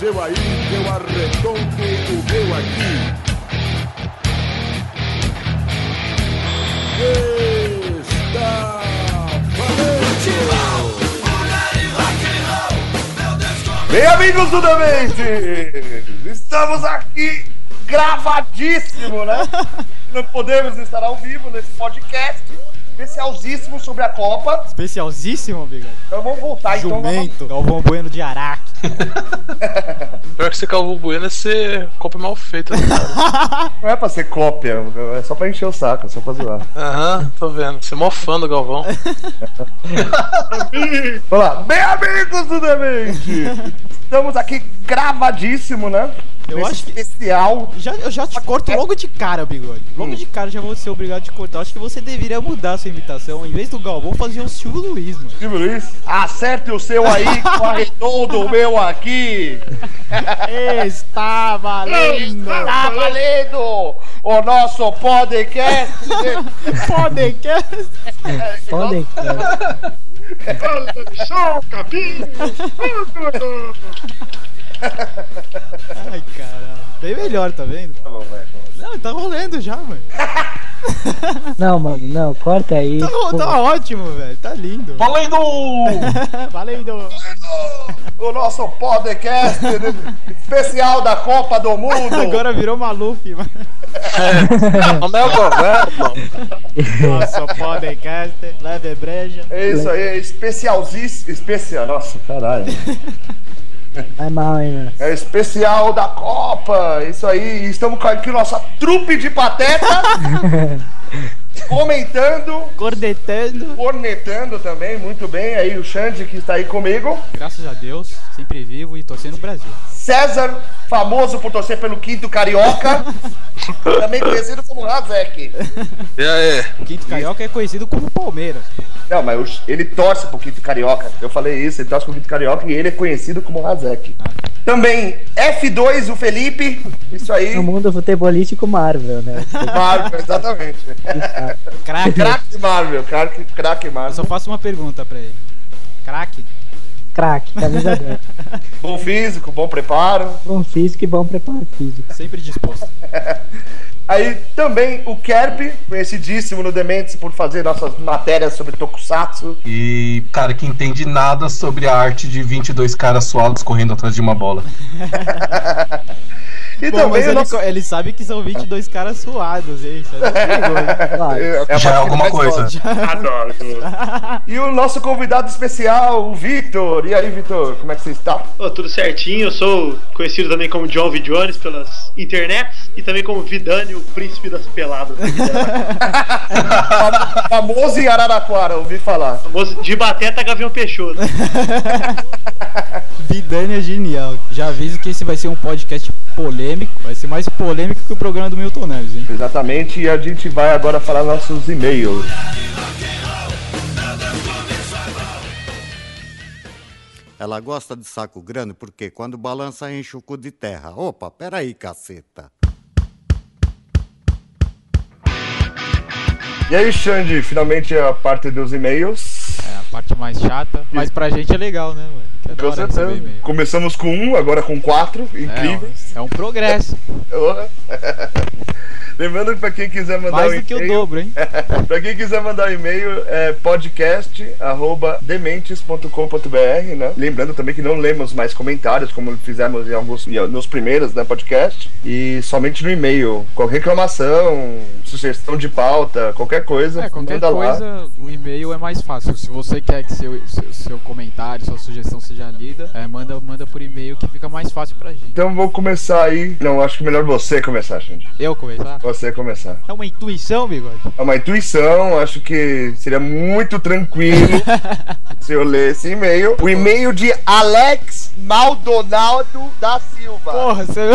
seu aí, que eu arredonto o meu aqui. Está valente! Bem, amigos do Demente! Estamos aqui gravadíssimo, né? Não podemos estar ao vivo nesse podcast especialzíssimo sobre a Copa. Especialzíssimo, Bigode. Então vamos voltar então. Jumento. Galvão Bueno de Araque. Pior que ser Calvo Bueno é ser Copa mal feita. né? Não é pra ser cópia, é só pra encher o saco, é só pra zoar. Aham, tô vendo. Você é mó fã do Galvão. Vamos lá. Bem, amigos do Demente! Estamos aqui gravadíssimo, né? Eu acho que- especial. Já, eu já te corto logo de cara, Bigode. Logo Hum. de cara já vou ser obrigado a te cortar. Acho que você deveria mudar a sua imitação. Em vez do Galvão, fazer o Silvio Luiz, mano. Silvio Luiz, acerte o seu aí com a redondo o meu aqui. Está valendo! Tá valendo o nosso podcast. Podcast! Só o capim! Ai, caralho. Bem melhor, tá vendo? Tá bom, vai. Não, tá rolando já, mano. Não, mano, não, corta aí. Tá, ro- pô. tá ótimo, velho. Tá lindo. Valendo valendo! o nosso podcast especial da Copa do Mundo. Agora virou Maluf, mano. Como é o governo? Nossa, podcast. Leve breja. É isso aí, especialzíssimo. Especial, nossa, caralho. Vai mal, hein, mano. É especial da Copa. Isso aí, estamos com aqui nossa trupe de pateta comentando. Cordetando. Cornetando também, muito bem. Aí o Xande que está aí comigo. Graças a Deus, sempre vivo e torcendo o Brasil. César, famoso por torcer pelo quinto carioca. também conhecido como Razek. E aí? O Quinto Carioca é conhecido como Palmeiras. Não, mas eu- ele torce pro Quinto Carioca. Eu falei isso, ele torce pro Quinto Carioca e ele é conhecido como Razek. Também F2, o Felipe. Isso aí. No mundo futebolístico Marvel, né? Marvel, exatamente. Craque. craque Marvel, craque, craque Eu só Marvel. faço uma pergunta pra ele. Craque? Crack, camisa 10. Bom físico, bom preparo. Bom físico e bom preparo físico. Sempre disposto. Aí também o Kerp, conhecidíssimo no Dementes por fazer nossas matérias sobre Tokusatsu. E cara que entende nada sobre a arte de 22 caras suados correndo atrás de uma bola. E Pô, também mas o ele, nosso... co- ele sabe que são 22 caras suados, hein? Isso é perigoso. Claro. É a Já é parte alguma mais coisa. gosta. é, E o nosso convidado especial, o Vitor. E aí, Vitor, como é que você está? Ô, tudo certinho, eu sou conhecido também como John V. Jones pelas internets e também como Vidani, o príncipe das peladas. Fam- Famoso em Araraquara, ouvi falar. Famoso de bateta Gavião Peixoto. Vidani é genial. Já aviso que esse vai ser um podcast polêmico. Vai ser mais polêmico que o programa do Milton Neves, hein? Exatamente, e a gente vai agora falar nossos e-mails. Ela gosta de saco grande porque quando balança enche o cu de terra. Opa, peraí, caceta. E aí, Xande, finalmente a parte dos e-mails. É a parte mais chata. Mas pra gente é legal, né, mano? Que é da Com hora receber certeza. e-mail. Começamos com um, agora com quatro. Incríveis. É um progresso. Lembrando que pra quem quiser mandar Mais um do que o e-mail. dobro, hein? pra quem quiser mandar um e-mail, é podcast.dementes.com.br, né? Lembrando também que não lemos mais comentários, como fizemos em alguns em- nos primeiros, né, podcast. E somente no e-mail. Com reclamação, sugestão de pauta, qualquer coisa, É, qualquer manda lá. coisa, o e-mail é mais fácil. Se você quer que seu, seu, seu comentário, sua sugestão seja lida, é, manda, manda por e-mail que fica mais fácil pra gente. Então vou começar aí. Não, acho que melhor você começar, gente. Eu começar? Você começar. É uma intuição, bigode? É uma intuição, acho que seria muito tranquilo se eu ler esse e-mail. O e-mail de Alex Maldonado da Silva. Porra, você...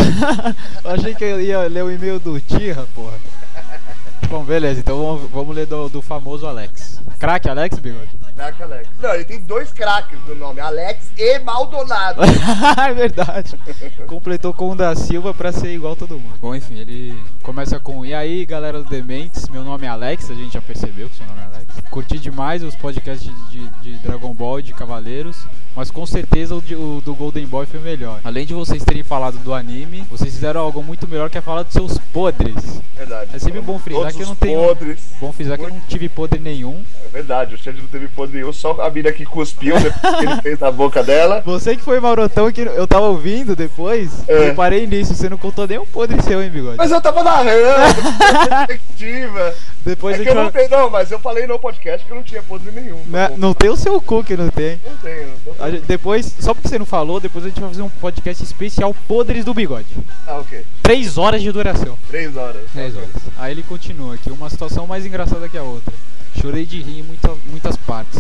eu achei que eu ia ler o e-mail do Tira, porra. Bom, beleza, então vamos, vamos ler do, do famoso Alex. Crack Alex, bigode? Craque Alex. Não, ele tem dois craques no nome, Alex e Maldonado. é verdade. Completou com o da Silva pra ser igual todo mundo. Bom, enfim, ele começa com E aí, galera do Dementes, meu nome é Alex, a gente já percebeu que seu nome é Alex. Curti demais os podcasts de, de Dragon Ball e de Cavaleiros. Mas com certeza o, de- o do Golden Boy foi o melhor. Além de vocês terem falado do anime, vocês fizeram algo muito melhor que é falar dos seus podres. Verdade. É sempre bom frisar Todos que eu não os tenho- Podres. Bom, fiz que eu não tive podre nenhum. É verdade, o Xande não teve podre nenhum, só a mina que cuspiu depois que ele fez na boca dela. Você que foi marotão que eu tava ouvindo depois, É. eu parei nisso, você não contou nem um podre seu, hein, bigode? Mas eu tava narrando, perspectiva. Depois É a que gente eu vai- não tenho, não, mas eu falei no podcast que eu não tinha podre nenhum. Na- Não, Né? Não tem o seu cu que não tem. não tenho. Não A tenho. gente- Depois, só porque você não falou, depois a gente vai fazer um podcast especial Podres do Bigode. Ah, o quê? Três horas de duração. Três horas. Três horas. Aí ele continua aqui, uma situação mais engraçada que a outra. Chorei de rir em muita- muitas partes.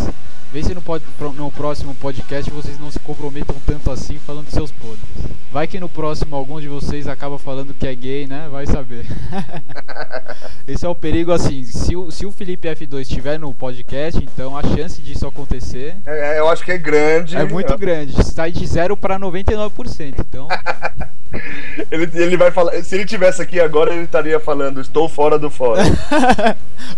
Vê se no, pod- pro- no próximo podcast vocês não se comprometam tanto assim falando de seus podres. Vai que no próximo algum de vocês acaba falando que é gay, né? Vai saber. Esse é o perigo, assim. Se o, se o Felipe F2 estiver no podcast, então a chance disso acontecer É, é, eu acho que é grande. é muito grande. Sai de 0 pra 99%. Então, Ele, ele vai falar. Se ele tivesse aqui agora, ele estaria falando, estou fora do fora.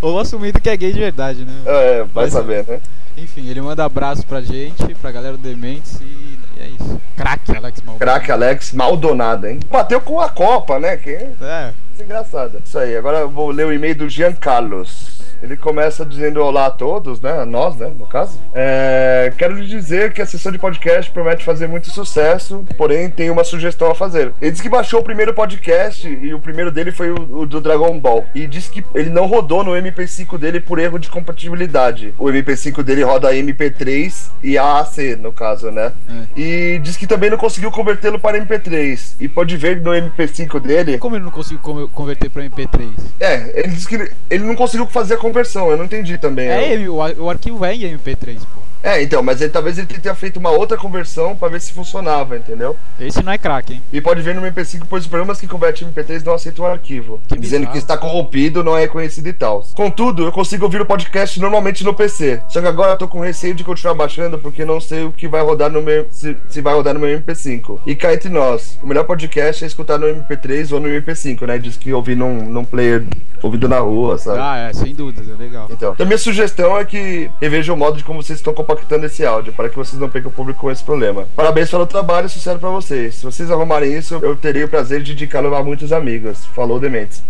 ou assumindo que é gay de verdade, né? é, vai Mas- saber, né? Enfim, ele manda abraço pra gente, pra galera do Dementes e e é isso. Craque, Alex Malcom. Crack Alex, maldonada, hein? Bateu com a Copa, né? Que é É, engraçada. Isso aí, agora eu vou ler o e-mail do Jean Carlos. Ele começa dizendo olá a todos, né? A nós, né? No caso. É, quero lhe dizer que a sessão de podcast promete fazer muito sucesso, porém tem uma sugestão a fazer. Ele disse que baixou o primeiro podcast e o primeiro dele foi o, o do Dragon Ball. E disse que ele não rodou no MP5 dele por erro de compatibilidade. O MP5 dele roda MP3 e AAC, no caso, né? E diz que também não conseguiu convertê-lo para MP3. E pode ver no MP5 dele como ele não conseguiu com- converter pra MP3? é, ele disse que ele, ele não conseguiu fazer a conversão, eu não entendi também. É, Eu- ele, o, ar- o arquivo é em MP3, pô. é então, mas ele, talvez ele tenha feito uma outra conversão pra ver se funcionava, entendeu? Esse não é craque, hein? E pode ver no MP5, pois os programas que converte MP3 não aceitam o arquivo. Que dizendo bizarro. que está corrompido, não é reconhecido e tal. Contudo, eu consigo ouvir o podcast normalmente no PC. Só que agora eu tô com receio de continuar baixando, porque não sei o que vai rodar no meu. Se, se vai rodar no meu MP5. E cá entre nós, o melhor podcast é escutar no MP3 ou no MP5, né? Diz que ouvir num, num player ouvido na rua, sabe? Ah, é, sem dúvidas, é legal. Então, então minha sugestão é que revejam o modo de como vocês estão compactando esse áudio, para que vocês não percam o público com esse problema. Parabéns pelo trabalho e sucesso para vocês. Se vocês arrumarem isso, eu terei o prazer de indicá-lo a muitos amigos. Falou, Dementes.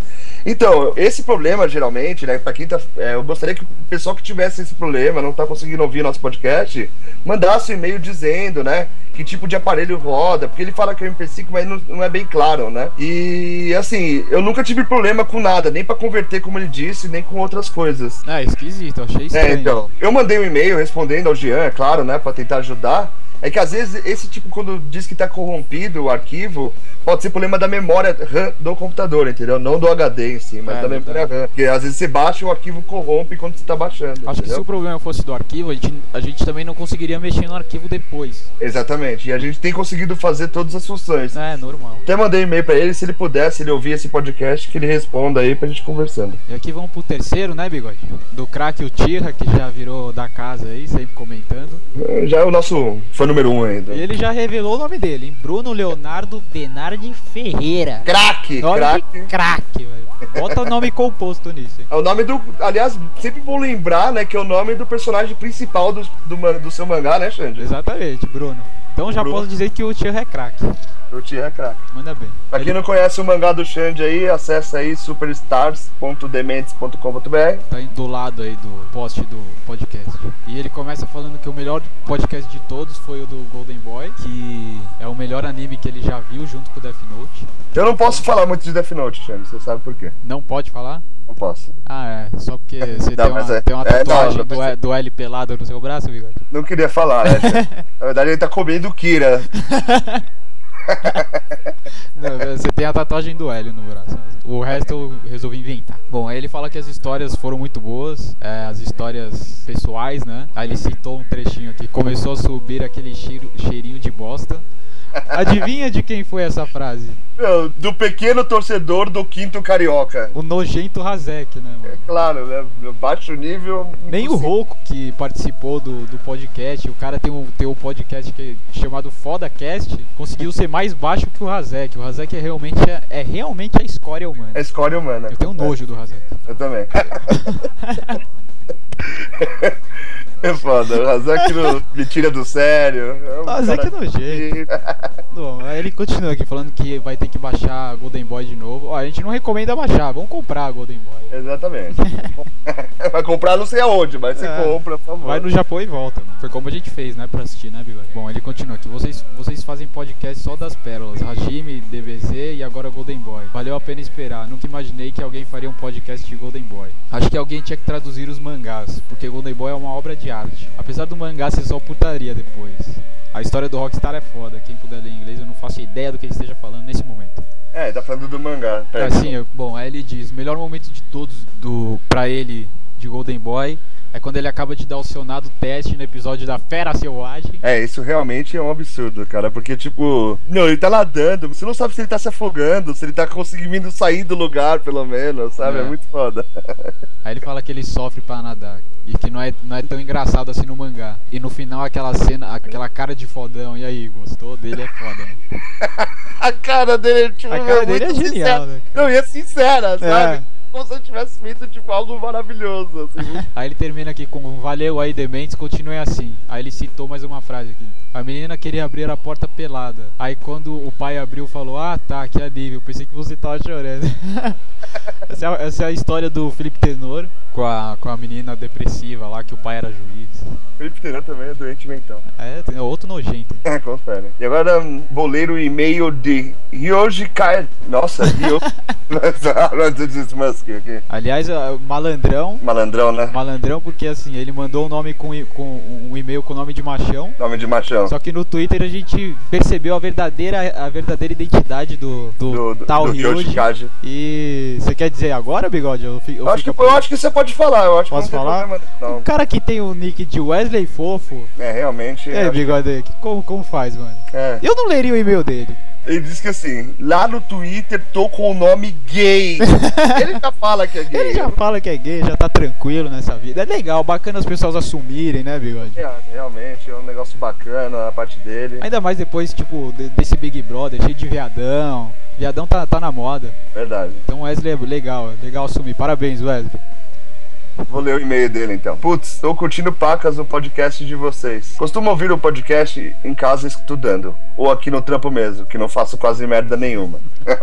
Então, esse problema, geralmente, né, pra quem tá... é, eu gostaria que o pessoal que tivesse esse problema, não tá conseguindo ouvir nosso podcast, mandasse um e-mail dizendo, né, que tipo de aparelho roda, porque ele fala que é o MP5, mas não, não é bem claro, né? E, assim, eu nunca tive problema com nada, nem pra converter, como ele disse, nem com outras coisas. É, esquisito, achei estranho. É, então. Eu mandei um e-mail respondendo ao Jean, é claro, né, pra tentar ajudar. É que às vezes esse tipo, quando diz que tá corrompido o arquivo, pode ser problema da memória RAM do computador, entendeu? Não do HD em si, mas É, da verdade. memória RAM. Porque às vezes você baixa e o arquivo corrompe quando você tá baixando. Acho que se entendeu? o problema fosse do arquivo, a gente, a gente também não conseguiria mexer no arquivo depois. Exatamente. E a gente tem conseguido fazer todas as funções. É, normal. Até mandei um e-mail pra ele, se ele pudesse, ele ouvir esse podcast, que ele responda aí pra gente conversando. E aqui vamos pro terceiro, né, bigode? Do craque o Tira, que já virou da casa aí, sempre comentando. Já é o nosso fã número um ainda. E ele já revelou o nome dele, hein? Bruno Leonardo Benardi Ferreira. Craque, Nome craque. de craque, velho. Bota nome composto nisso, hein? É o nome do. Aliás, sempre bom lembrar, né? Que é o nome do personagem principal do, do, man- do seu mangá, né, Xande? Exatamente, Bruno. Então já Bruno. posso dizer que o tio é craque. Eu te é craque. Manda bem. Pra quem Ele não conhece o mangá do Xande aí, acessa aí superstars.dementes.com.br. tá aí do lado aí do post do podcast. E ele começa falando que o melhor podcast de todos foi o do Golden Boy, que é o melhor anime que ele já viu junto com o Death Note. Eu não posso falar muito de Death Note, Xande, você sabe por quê. Não pode falar? Não posso. Ah, é. Só porque você Não, tem, mas uma, é- tem uma é, não, tatuagem mas do, é- do L pelado no seu braço, Bigode? Não queria falar, né? Xande? Na verdade, ele tá comendo Kira. Não, Você tem a tatuagem do Hélio no braço. O resto eu resolvi inventar. Bom, aí ele fala que as histórias foram muito boas, é, as histórias pessoais, né? Aí ele citou um trechinho aqui. Começou a subir aquele cheiro- cheirinho de bosta. Adivinha de quem foi essa frase? Meu, do pequeno torcedor do quinto carioca. O nojento Razek, né, mano? Claro, né? Baixo nível. Nem o impossível. Rouco que participou do, do podcast, o cara tem um, tem um podcast que, chamado Fodacast, conseguiu ser mais baixo que o Razek. O Razek é realmente, a- é realmente a escória humana. É escória humana. Eu tenho nojo do Razek. Eu também. É foda, o Razak não me tira do sério. É um Mas é que cara nojento. que- Bom, aí é ele continua aqui falando que vai ter que baixar a Golden Boy de novo. Ó, a gente não recomenda baixar, vamos comprar a Golden Boy. Exatamente. Vai comprar não sei aonde, mas você É. compra, por favor. Vai no Japão e volta. mano. Foi como a gente fez, né? Pra assistir, né, Bigode? Bom, ele continua aqui. Vocês, vocês fazem podcast só das pérolas. Hajime, DBZ e agora Golden Boy. Valeu a pena esperar. Nunca imaginei que alguém faria um podcast de Golden Boy. Acho que alguém tinha que traduzir os mangás, porque Golden Boy é uma obra de arte. Apesar do mangá ser só putaria depois. A história do Rockstar é foda. Quem puder ler em inglês, eu não faço ideia do que ele esteja falando nesse momento. É, tá falando do mangá. É, sim, eu- bom, aí ele diz, o melhor momento de todos do pra ele de Golden Boy é quando ele acaba de dar o seu nado teste no episódio da Fera Selvagem. É, isso realmente é um absurdo, cara, porque, tipo, não, ele tá nadando, você não sabe se ele tá se afogando, se ele tá conseguindo sair do lugar, pelo menos, sabe? É, É. muito foda. Aí ele fala que ele sofre pra nadar e que não é, não é tão engraçado assim no mangá. E no final aquela cena, aquela cara de fodão, e aí, gostou dele é foda, né? A cara dele, tipo, A meu, cara dele é muito genial, sincera. né? Não, e é sincera, É. sabe? Como se eu tivesse feito, tipo, algo maravilhoso, assim, muito Aí ele termina aqui com valeu aí, dementes, continuem assim. Aí ele citou mais uma frase aqui. A menina queria abrir a porta pelada. Aí quando o pai abriu, falou: Ah tá, que alívio, pensei que você tava chorando. essa, é, a- essa é a história do Felipe Tenor com a, com a menina depressiva lá, que o pai era juiz. Felipe Teran também é doente mental. É, tem outro nojento. É, confere. E agora hum, vou ler o e-mail de Ryoji Kai. Nossa, Ryoji. Musk aqui. Aliás, a- malandrão. Malandrão, né? Malandrão, porque assim, ele mandou um nome com, e- com um e-mail com o nome de machão. Nome de machão. Só que no Twitter a gente percebeu a verdadeira, a verdadeira identidade do, do, tal Ryuji. Kaji. E você quer dizer agora, bigode? Eu, fi- eu Eu acho, que, fico- eu acho que você pode falar, eu acho Posso que não tem falar? problema, O não. cara que tem o nick de Wesley Fofo. É, realmente. É, eu- bigode, que- como, como faz, mano? é. Eu não leria o e-mail dele. Ele diz que assim, lá no Twitter tô com o nome gay. Ele já fala que é gay. Ele já fala que é gay, já tá tranquilo nessa vida. É legal, bacana as pessoas assumirem, né, bigode? É, realmente, é um negócio bacana a parte dele. Ainda mais depois, tipo, de- desse Big Brother, cheio de viadão. Viadão tá, tá na moda. Verdade. Então Wesley é legal, é legal assumir. Parabéns, Wesley. Vou ler o e-mail dele então. Putz, tô curtindo pacas o podcast de vocês. Costumo ouvir o podcast em casa estudando, ou aqui no trampo mesmo, que não faço quase merda nenhuma.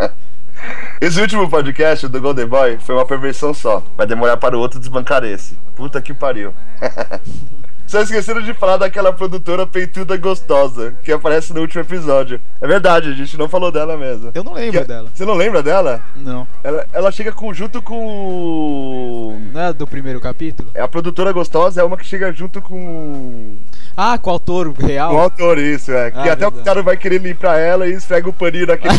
Esse último podcast do Golden Boy foi uma perversão só. Vai demorar para o outro desbancar esse. Puta que pariu. Só esqueceram de falar daquela produtora peituda gostosa que aparece no último episódio. É verdade, a gente não falou dela mesmo. Eu não lembro dela. Você não lembra dela? Não. Ela, ela chega com- junto com. o- Não é do primeiro capítulo? é a produtora gostosa é uma que chega junto com Ah, com o autor com o real? né? autor, isso, é. Ah, que até o verdade. cara vai querer limpar ela e esfrega o paninho naquele.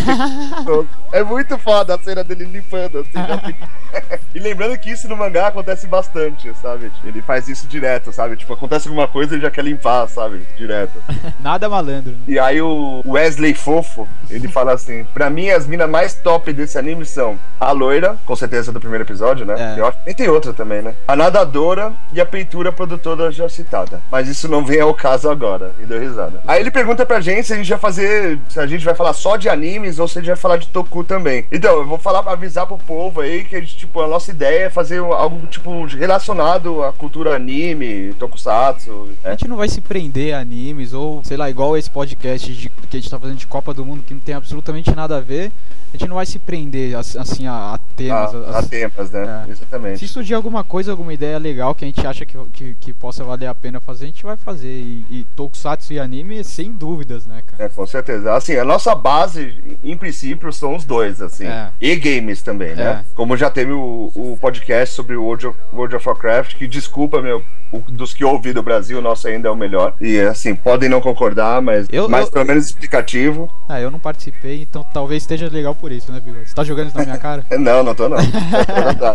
todo. é muito foda a cena dele limpando, assim. já fica- e lembrando que isso no mangá acontece bastante, sabe? Ele faz isso direto, sabe? Tipo, acontece alguma coisa e ele já quer limpar, sabe? Direto. Nada malandro. E aí o Wesley Fofo, ele fala assim: pra mim, as minas mais top desse anime são a loira, com certeza do primeiro episódio, né? É. Eu acho que nem tem outra também, né? A nadadora e a peitura produtora já citada. Mas isso não vem ao caso agora. E deu risada. Aí ele pergunta pra gente se a gente vai fazer. Se a gente vai falar só de animes ou se a gente vai falar de Toku também. Então, eu vou falar pra avisar pro povo aí que a gente, tipo, a nossa ideia é fazer algo, tipo, relacionado à cultura anime, Tokusatsu. A né? gente não vai se prender a animes ou, sei lá, igual esse podcast de- que a gente tá fazendo de Copa do Mundo que não tem absolutamente nada a ver. A gente não vai se prender as- assim a, a temas. A, a- a temas, né? É. Exatamente. se surgir alguma coisa, alguma ideia legal que a gente acha que, que, que possa valer a pena fazer, a gente vai fazer. E, e Tokusatsu e anime, sem dúvidas, né, cara? É, com certeza. Assim, a nossa base, em princípio, são os dois, assim. É. E games também, né? Como já teve o, o podcast sobre o World of, World of Warcraft, que desculpa, meu, o- dos que eu ouvi do Brasil, o nosso ainda é o melhor. E assim, podem não concordar, mas, Eu- mas eu- pelo menos explicativo. Ah, eu não participei, então talvez esteja legal por isso, né, Bigode? Você tá jogando isso na minha cara? Não, não É, tô não.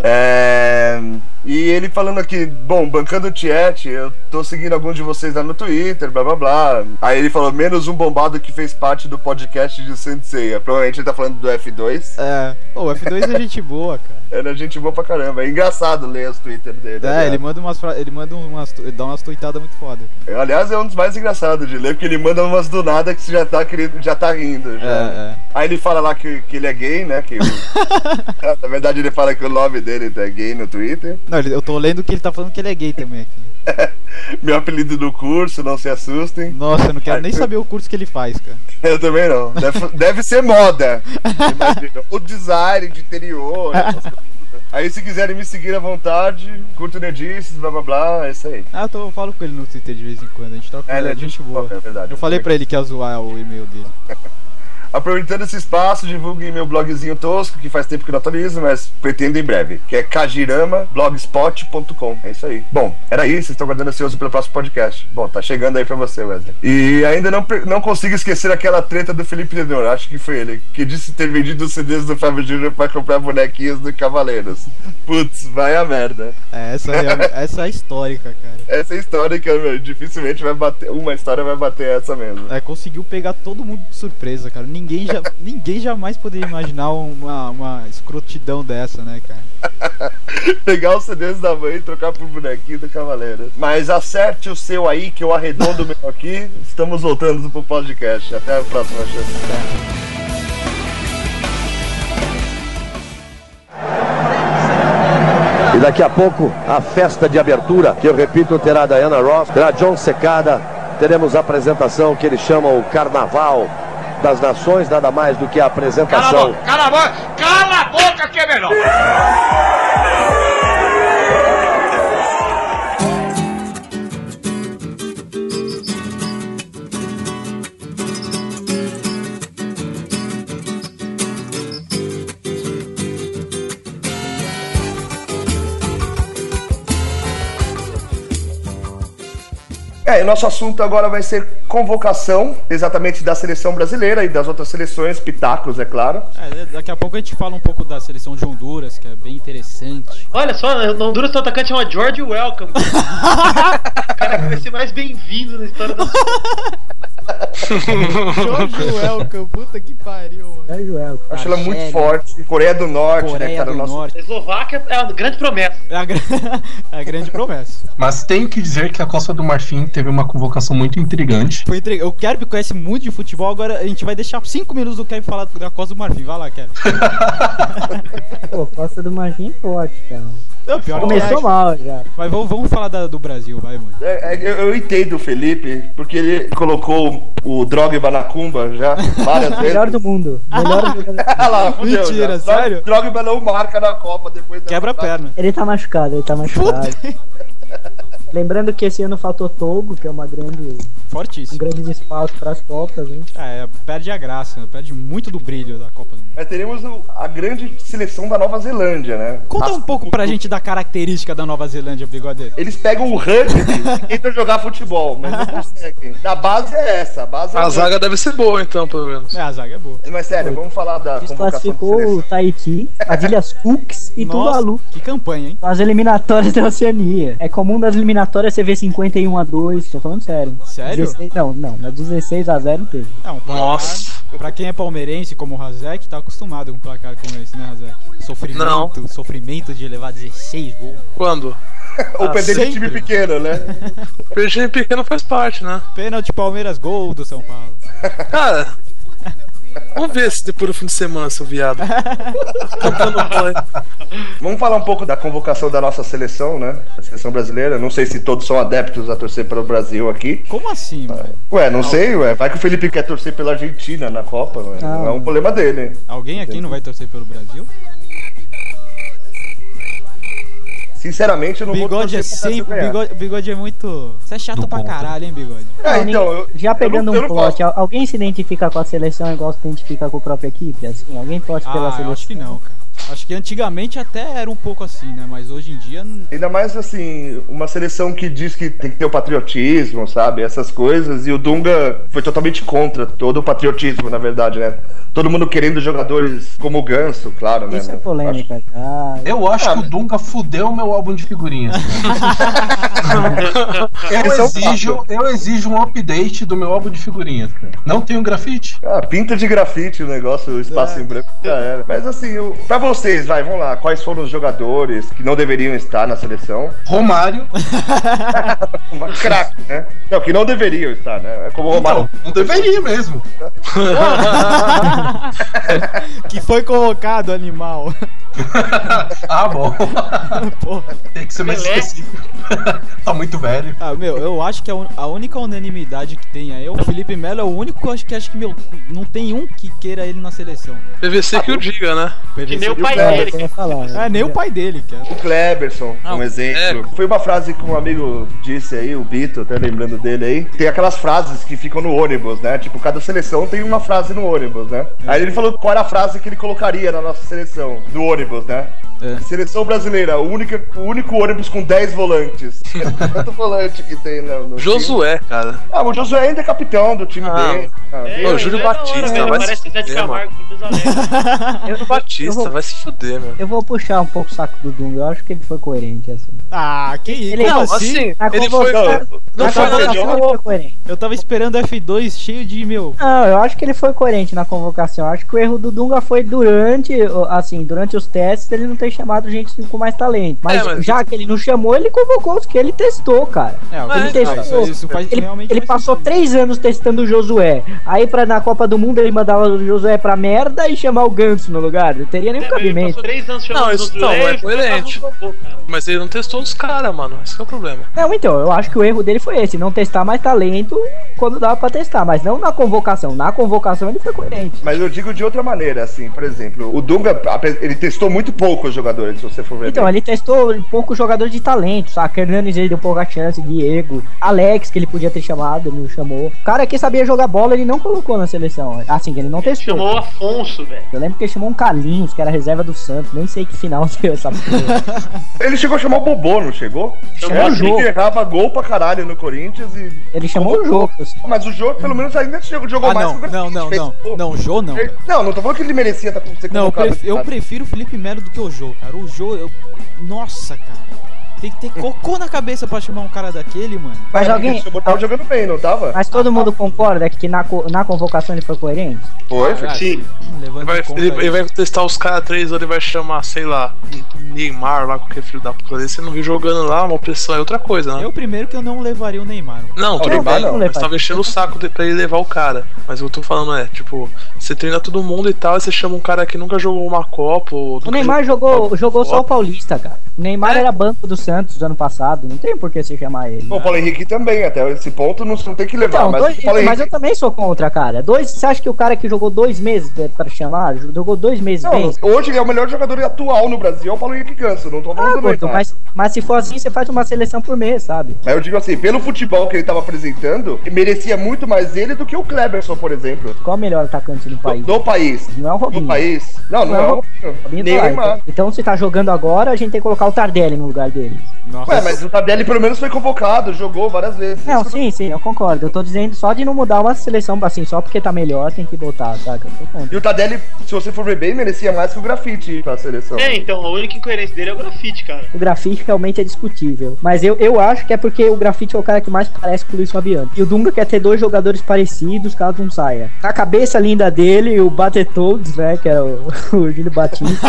É, E ele falando aqui, bom, bancando o chat, eu tô seguindo alguns de vocês lá no Twitter, blá blá blá. Aí ele falou, menos um bombado que fez parte do podcast de Sensei. Provavelmente ele tá falando do F2. É. Ô, o F2 é gente boa, cara. Era gente boa pra caramba. É engraçado ler os Twitter dele. É, aliás. ele manda umas fra- ele manda umas, ele dá umas tuitadas muito foda. cara. Aliás, é um dos mais engraçados de ler, porque ele manda umas do nada que você já tá, querendo, já tá rindo. Já. É, é. Aí ele fala lá que, que ele é gay, né? Que o- É, Na verdade, ele fala que o nome dele é gay no Twitter. Não, ele- eu tô lendo que ele tá falando que ele é gay também aqui. Meu apelido do curso, não se assustem. Nossa, eu não quero nem saber o curso que ele faz, cara. Eu também não. Deve, deve ser moda. Imagina. O design de interior. essas coisas. Aí, se quiserem me seguir à vontade, curto nerdices, blá blá blá, é isso aí. Ah, eu, tô, eu falo com ele no Twitter de vez em quando, a gente troca É, ideia, ele é gente boa, é verdade. Eu falei pra ele que ia zoar o e-mail dele. Aproveitando esse espaço, divulguem meu blogzinho tosco, que faz tempo que eu não atualizo, mas pretendo em breve, que é kajiramablogspot.com. É isso aí. Bom, era isso. Estou aguardando ansioso pelo próximo podcast. Bom, tá chegando aí pra você, Wesley. E ainda não, per- não consigo esquecer aquela treta do Felipe Denor, acho que foi ele, que disse ter vendido os CDs do Fábio Júnior pra comprar bonequinhos do Cavaleiros. Putz, vai a merda. É, essa é, essa é histórica, cara. Essa é história que meu, dificilmente vai bater. Uma história vai bater essa mesmo. É, conseguiu pegar todo mundo de surpresa, cara. Ninguém, já, ninguém jamais poderia imaginar uma, uma escrotidão dessa, né, cara? Pegar os CDs da mãe e trocar por bonequinho do Cavaleiro. Mas acerte o seu aí, que eu arredondo o meu aqui. Estamos voltando pro podcast. Até a próxima chance. E daqui a pouco, a festa de abertura, que eu repito, terá Diana Ross, terá John Secada, teremos a apresentação que eles chamam o Carnaval das Nações, nada mais do que a Tá apresentação. Cala a boca, cala a boca que é melhor. É, e nosso assunto agora vai ser convocação, exatamente da seleção brasileira e das outras seleções, pitáculos, é claro. É, daqui a pouco a gente fala um pouco da seleção de Honduras, que é bem interessante. Olha só, na Honduras tem um atacante chamado George Welcome. o cara que vai ser mais bem-vindo na história da Jorge Welcome, puta que pariu, mano. É Joel. Eu acho ela muito forte. Coreia do Norte, né? que né? Coreia tá do no nosso... Norte. Eslováquia. É uma grande promessa. É a, gra- é a grande promessa. Mas tenho que dizer que a Costa do Marfim teve uma convocação muito intrigante. Foi entre... O Kerb conhece muito de futebol, agora a gente vai deixar 5 minutos do Kerb falar da Costa do Marfim. Vai lá, Kerb. Pô, Costa do Marfim é forte, cara. Não, pior que Começou é. mal já. Mas vamos, vamos falar da- do Brasil, vai, mano. É, é, eu, eu entendo o Felipe, porque ele colocou o, o Drogba na cumba já várias vezes. Melhor do mundo. Melhor jogador. Ah lá, fudeu, Mentira, já. sério? Drogba não marca na Copa depois da- Quebra a perna. Ele tá machucado, ele tá machucado. Lembrando que esse ano faltou Togo, que é uma grande, um Fortíssimo. grande desfalque pras Copas, né? hein? É, perde a graça, né? perde muito do brilho da Copa do Mundo. Mas teremos o- a grande seleção da Nova Zelândia, né? Conta As- um pouco pra gente da característica da Nova Zelândia, Brigadeiro. Eles pegam o rugby e tentam jogar futebol, mas não conseguem. A base é essa, a base é A o zaga deve ser boa, então, pelo menos. É, a zaga é boa. rugby. Mas sério, vamos falar da convocação da Desclassificou o seleção. Tahiti, as Ilhas Cooks e Nossa, Tuvalu. que campanha, hein? Nas eliminatórias da Oceania. É comum nas eliminatórias você ver 51 a 2, tô falando sério. Sério? 16 não, não, na 16 a 0 teve. É um placar. Nossa. Pra quem é palmeirense, como o Razek, tá acostumado com um placar como esse, né, Razek? Sofrimento, Não. sofrimento de levar 16 gols. Quando? Ou perder de sempre. time pequeno, né? Perdi pequeno faz parte, né? Pênalti Palmeiras, gol do São Paulo. Cara, vamos ver se depois do fim de semana, seu viado. um Tampando o pau aí. Vamos falar um pouco da convocação da nossa seleção, né? Da seleção brasileira. Não sei se todos são adeptos a torcer pelo Brasil aqui. Como assim, mano? Ué, não sei, ué. Vai que o Felipe quer torcer pela Argentina na Copa, ué. Ah. Não é um problema dele. Alguém aqui não vai torcer pelo Brasil? Sinceramente, eu não vou Bigode torcer é pro Brasil sempre. ganhar. Bigode, bigode é muito. Você é chato Do pra contra. caralho, hein, bigode? É, Não, então, ninguém- eu- já eu pegando não- eu não um plot, al- alguém se identifica com a seleção igual se identifica com a própria equipe? Assim, alguém torce pela Ah, eu seleção? acho que não, cara. Acho que antigamente até era um pouco assim, né? Mas hoje em dia. não- Ainda mais assim, uma seleção que diz que tem que ter o patriotismo, sabe? Essas coisas. E o Dunga foi totalmente contra todo o patriotismo, na verdade, né? Todo mundo querendo jogadores como o Ganso, claro, né? Isso é polêmica já. Eu acho que o Dunga fudeu meu álbum de figurinhas. eu, Esse é um exijo, eu exijo um update do meu álbum de figurinhas, cara. Não tenho grafite? Ah, pinta de grafite o negócio, o espaço em branco já era. Mas assim, eu... pra vocês, vai, vamos lá. Quais foram os jogadores que não deveriam estar na seleção? Romário. Uma craque, né? Não, que não deveriam estar, né? É Como o Romário. Não, não deveria mesmo. Que foi convocado, animal. ah, bom. Porra. Tem que ser mais Pelé. específico. tá muito velho. Ah, meu, eu acho que a, un- a única unanimidade que tem aí é o Felipe Melo, é o único que eu acho que acho que, meu, não tem um que queira ele na seleção. PVC que eu diga, né? Que nem o pai cara, dele. Ah, Eu ia falar. né? É, nem o pai dele, cara. O Kleberson, um exemplo. Foi uma frase que um amigo disse aí, o Bito, até lembrando dele aí. Tem aquelas frases que ficam no ônibus, né? Tipo, cada seleção tem uma frase no ônibus, né? Aí ele falou qual era a frase que ele colocaria na nossa seleção, do ônibus, né? É. Seleção brasileira, o único, o único ônibus com 10 volantes. Tanto volante que tem, né? no time. Josué, cara. Ah, o Josué ainda é capitão do time Ah, dele. Ah, Ô, mas Júlio é da hora, Batista, velho, vai Parece se Zé de fuder, Camargo, Deus Júlio eu Batista, vou- vai se fuder, meu. Eu vou puxar um pouco o saco do Dunga. Eu acho que ele foi coerente, assim. Ah, que isso? Ele- Como Não, assim? assim, Ah, ele como foi. você- Não Na foi nada de convocação ele foi coerente. Eu tava esperando F2 cheio de, meu. Não, eu acho que ele foi coerente na convocação. Eu acho que o erro do Dunga foi durante, assim, durante os testes, ele não ter chamado gente com mais talento. Mas, É, mas- já que ele não chamou, ele convocou os que ele testou, cara. É, Mas- alguém- testou. isso, isso faz Ele, realmente ele faz passou sentido. três anos testando o Josué. Aí pra, na Copa do Mundo ele mandava o Josué pra merda e chamar o Ganso no lugar. Não teria nenhum É, Ele cabimento. passou três anos chamando Não, os isso outros não, é leis, coerente. mas não jogou, cara. Mas ele não testou os caras, mano. Esse que é o problema. Não, então, eu acho que o erro dele foi esse, não testar mais talento quando dava pra testar, mas não na convocação. Na convocação ele foi coerente. Mas eu digo de outra maneira, assim, por exemplo, o Dunga, ape- ele testou muito poucos jogadores, se você for ver. Então, bem. ele testou pouco jogador de talento, saca? Hernandes ele deu pouca chance, Diego, Alex, que ele podia ter chamado, ele não chamou. O cara que sabia jogar bola, ele não colocou na seleção. Assim, que ele não testou. Chamou o Afonso, velho. Eu lembro que ele chamou um Calinhos, que era reserva do Santos. Nem sei que final deu essa porra. Ele chegou a chamar o Bobô, não chegou? Chamou Era o assim Jô. que errava gol pra caralho no Corinthians e. Ele chamou o jogo. assim. Mas o jogo, pelo menos, ainda chegou, jogou Ah, mais não, que o não, não, Fez não. gol. Não, o Jô não. Ele- velho. Não, não tô falando que ele merecia tá, ser Não, eu convocado, prefiro, eu sabe? prefiro o Felipe Melo do que o Jô, cara. O Jô, eu. Nossa, cara. Tem que ter cocô na cabeça pra chamar um cara daquele, mano. Mas Ele alguém. chamou- tava jogando bem, não tava? Mas todo mundo concorda que na, co- na convocação ele foi coerente? Foi, foi. Sim. Levando Ele em vai, conta ele- isso. ele vai testar os caras três, ou ele vai chamar, sei lá, Neymar lá, qualquer filho da puta. desse. Você não viu jogando lá, uma pressão é outra coisa, né? Eu primeiro que eu não levaria o Neymar. mano. Não, tudo não, bem, não, mas Levi. tava enchendo o saco de, pra ele levar o cara. Mas o que eu tô falando é, tipo, você treina todo mundo e tal, e você chama um cara que nunca jogou uma Copa. Ou O nunca Neymar jogou, jogou só o Copa. Paulista, cara. O Neymar É. era banco do Santos ano passado. Não tem por que você chamar ele. Pô, o Paulo Henrique também, até esse ponto não, não tem que levar, Então, mas dois- o mas, Paulo Henrique. eu também sou contra, cara. Dois, você acha que o cara que jogou dois meses né, pra chamar, jogou dois meses bem? Não, hoje ele é o melhor jogador atual no Brasil, é o Paulo Henrique Ganso, não tô Ah, falando do Gordo, Neymar. mas, mas se for assim, você faz uma seleção por mês, sabe? Mas eu digo assim, pelo futebol que ele tava apresentando, merecia muito mais ele do que o Kleberson, por exemplo. Qual o melhor atacante do país? Do, do país. Não é o Do Robinho. país. Não, não, Não, é o Robinho Robinho. tá lá, Neymar. então, então se tá jogando agora, a gente tem que colocar o Tardelli no lugar dele. Nossa. Ué, mas o Tardelli pelo menos foi convocado, jogou várias vezes. Não, Isso sim, sim, eu concordo. Eu tô dizendo só de não mudar uma seleção assim, só porque tá melhor, tem que botar, saca? Eu tô que- contra. E o Tardelli, se você for ver bem, merecia mais que o grafite pra seleção. É, então, a única incoerência dele é o grafite, cara. O grafite realmente é discutível. Mas eu, eu acho que é porque o grafite é o cara que mais parece com o Luiz Fabiano. E o Dunga quer ter dois jogadores parecidos, caso um saia. A cabeça linda dele, o Batetoads, né? Que é o, o Júlio Batista.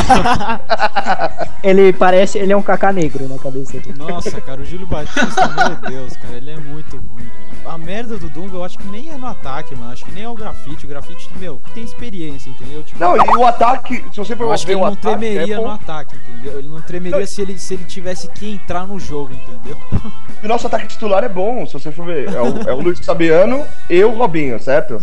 ele parece. Ele é um cacá negro na cabeça dele. Nossa, cara, o Júlio Batista, meu Deus, cara, ele é muito ruim. velho. A merda do Dunga, eu acho que nem é no ataque, mano. Acho que nem é o grafite. O grafite, meu, tem experiência, entendeu? Tipo, Não, e o ataque, se você for eu acho que ver ele o não né? ataque, tremeria é bom. no ataque, entendeu? Ele não tremeria se ele, se ele tivesse que entrar no jogo, entendeu? E o nosso ataque titular é bom, se você for ver. É o, é o Luiz Fabiano e o Robinho, certo?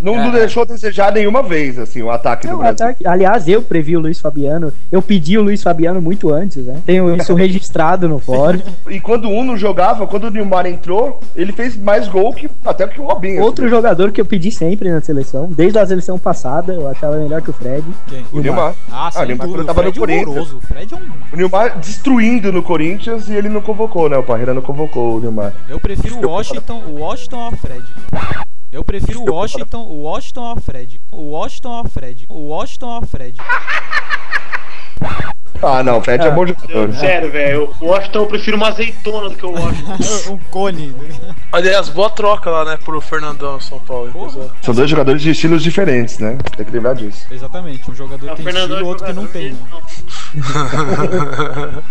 Não, não É. deixou a desejar nenhuma vez, assim, o ataque do Não, Brasil. ataque- Aliás, eu previ o Luiz Fabiano. Eu pedi o Luiz Fabiano muito antes, né? Tenho isso vaiado, não pode. E quando um não jogava, quando o Neymar entrou, ele fez mais gol que até que o Robinho. assim. Outro jogador que eu pedi sempre na seleção, desde a seleção passada, eu achava melhor que o Fred. Quem? o Neymar. Ah, sim, Ah, lembra quando o eu tava no Fred é Corinthians. horroroso. O Fred é um. O Neymar destruindo no Corinthians e ele não convocou, né? O Parreira não convocou o Neymar. Eu prefiro o Washington, o Washington ao Fred. Eu prefiro o Washington, o Washington ao Fred. O Washington ao Fred. O Washington ao Fred. Ah, não, o Fred é, Ah. bom jogador. Sério, velho. O Washington eu prefiro uma azeitona do que o Washington. um cone. Aliás, boa troca lá, né, pro Fernandão São Paulo. Porra. São dois jogadores de estilos diferentes, né? Tem que lembrar disso. Exatamente, um jogador O tem Fernando é estilo, outro que não jogador tem. de- né?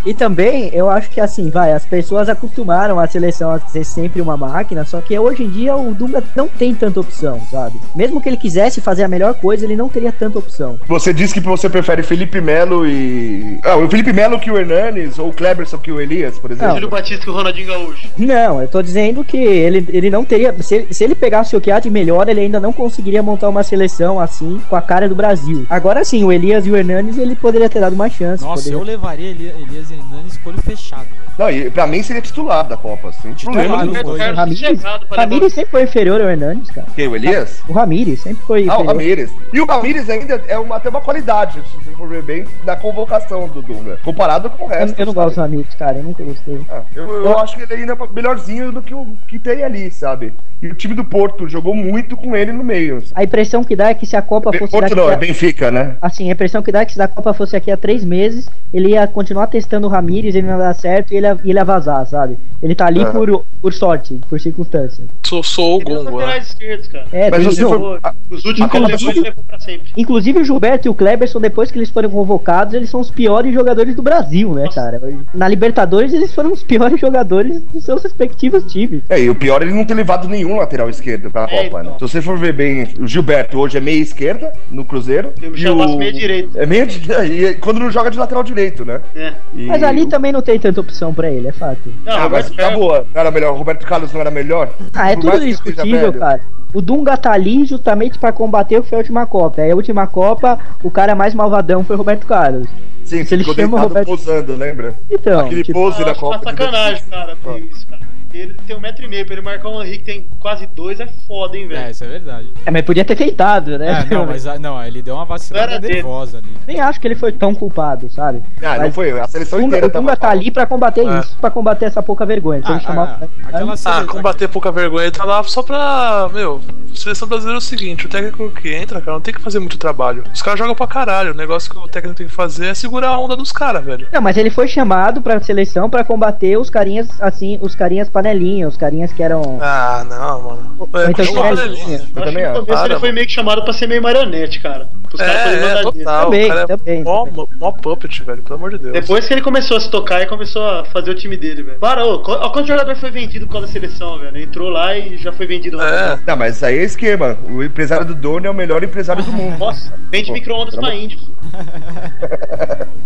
E também, eu acho que assim, vai, as pessoas acostumaram a seleção a ser sempre uma máquina, só que hoje em dia o Dunga não tem tanta opção, sabe? Mesmo que ele quisesse fazer a melhor coisa, ele não teria tanta opção. Você disse que você prefere Felipe Melo e. Ah, o Felipe Melo que o Hernanes ou o Kleberson que o Elias, por exemplo. Júlio Batista que o Ronaldinho Gaúcho. Não, eu tô dizendo que ele, ele não teria. Se, ele- se ele pegasse o Chiatti melhor, ele ainda não conseguiria montar uma seleção assim com a cara do Brasil. Agora sim, o Elias e o Hernanes ele poderia ter dado uma chance. Nossa, poderia- eu levaria Eli- Elias Hernandes com olho fechado. velho. Não, e pra mim seria titular da Copa, assim. Titular, Titular não foi. Carlos Ramires? chegado O pra levar Ramires sempre foi inferior ao Hernanes, cara. Quem? O Elias? O Ramires sempre foi. Ah, o inferior. Ramires. E o Ramires ainda é uma, até uma qualidade, se você for ver bem, na convocação do Dunga. Comparado com o Eu, resto. eu não sabe? gosto do Ramires, cara. Eu nunca gostei. Ah, eu, eu acho que ele ainda é melhorzinho do que o que tem ali, sabe? E o time do Porto jogou muito com ele no meio. A impressão que dá é que se a Copa fosse Porto daqui não, a- é Benfica, né? Assim, a impressão que dá é que se a Copa fosse aqui há três meses, ele ia continuar testando o Ramires, ele não ia dar certo e ele ia, ele ia vazar, sabe? Ele tá ali Aham. por, por sorte, por circunstância. Sou, sou o Ele é um Gongo, né? laterais esquerdos, cara. É, Mas tem- você não, foi- Pô, Ah, a- Os últimos que ele levou, ele levou pra sempre. Inclusive o Gilberto e o Kleberson, depois que eles foram convocados, eles são os piores jogadores do Brasil, né, Nossa. cara? Na Libertadores, eles foram os piores jogadores dos seus respectivos times. É, e o pior é ele não ter levado nenhum lateral esquerdo pra É, Copa, né? então. Se você for ver bem, o Gilberto hoje é meia esquerda no Cruzeiro. E o Michel Bastos meia direita. É meia direita. E quando não joga de lateral direito, né? né? E Mas ali tá- o- também não tem tanta opção pra ele, é fato. Não, é Ah, mas Roberto tá Carlos. boa. Não era melhor. O Roberto Carlos não era melhor? Ah, é Por tudo mais que seja discutível, velho. cara. O Dunga tá ali justamente pra combater o que foi a última Copa. Aí a última Copa, o cara mais malvadão foi o Roberto Carlos. Sim, Se ele ficou chama o deitado Roberto- posando, lembra? Então, Aquele tipo, pose Eu da acho Copa. uma Ah, tá sacanagem, cara, por isso, cara. Ele tem um metro e meio, pra ele marcar um Henrique tem quase dois, é foda, hein, É, velho. isso é verdade. é, mas podia ter tentado, né? É, não, mas ah, não, ele deu uma vacilada Era dele. nervosa ali. Nem acho que ele foi tão culpado, sabe? Ah, não Mas foi. A seleção O Dunga, inteira o Dunga tava tá mal. ali pra combater É. isso, pra combater essa pouca vergonha. Então Ah, ele chamava- ah, aquela Ah, cena- combater pouca vergonha, ele tá lá só pra. Meu, seleção brasileira é o seguinte: o técnico que entra, cara, não tem que fazer muito trabalho. Os caras jogam pra caralho. O negócio que o técnico tem que fazer é segurar a onda dos caras, velho. Não, mas ele foi chamado pra seleção pra combater os carinhas, assim, os carinhas panelinha, os carinhas que eram. Ah, não, mano. Ou então continua tivesse- panelinha. Eu acho também que no acho. começo ele Para, foi meio que chamado pra ser meio marionete, cara. Pros caras fazerem É, é, mandadinha. total. Tá Ah, Também, o cara é também, mó, mó puppet, velho, pelo amor de Deus. Depois que ele começou a se tocar e começou a fazer o time dele, velho. Para, ô, qu- ó, quanto jogador foi vendido por causa da seleção, velho? Entrou lá e já foi vendido. É, Não, mas isso aí é esquema. O empresário do dono é o melhor empresário Ah, do mundo. Nossa, vende Pô, micro-ondas pra índio.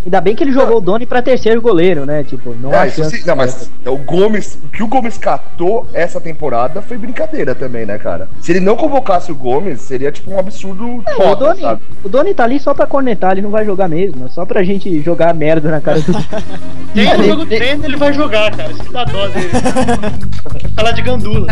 Ainda bem que ele jogou o Doni pra terceiro goleiro, né? Tipo, não Ah, há isso chance. sim, não, mas o Gomes, o que o Gomes catou essa temporada foi brincadeira também, né, cara? Se ele não convocasse o Gomes, seria tipo um absurdo O foda, Doni, sabe? o Doni tá É, ali só pra cornetar, ele não vai jogar mesmo. É só pra gente jogar merda na cara do. Tem Ele- o jogo ele- treino, ele vai jogar, cara. Isso que dá dó dele. Fica lá de gandula.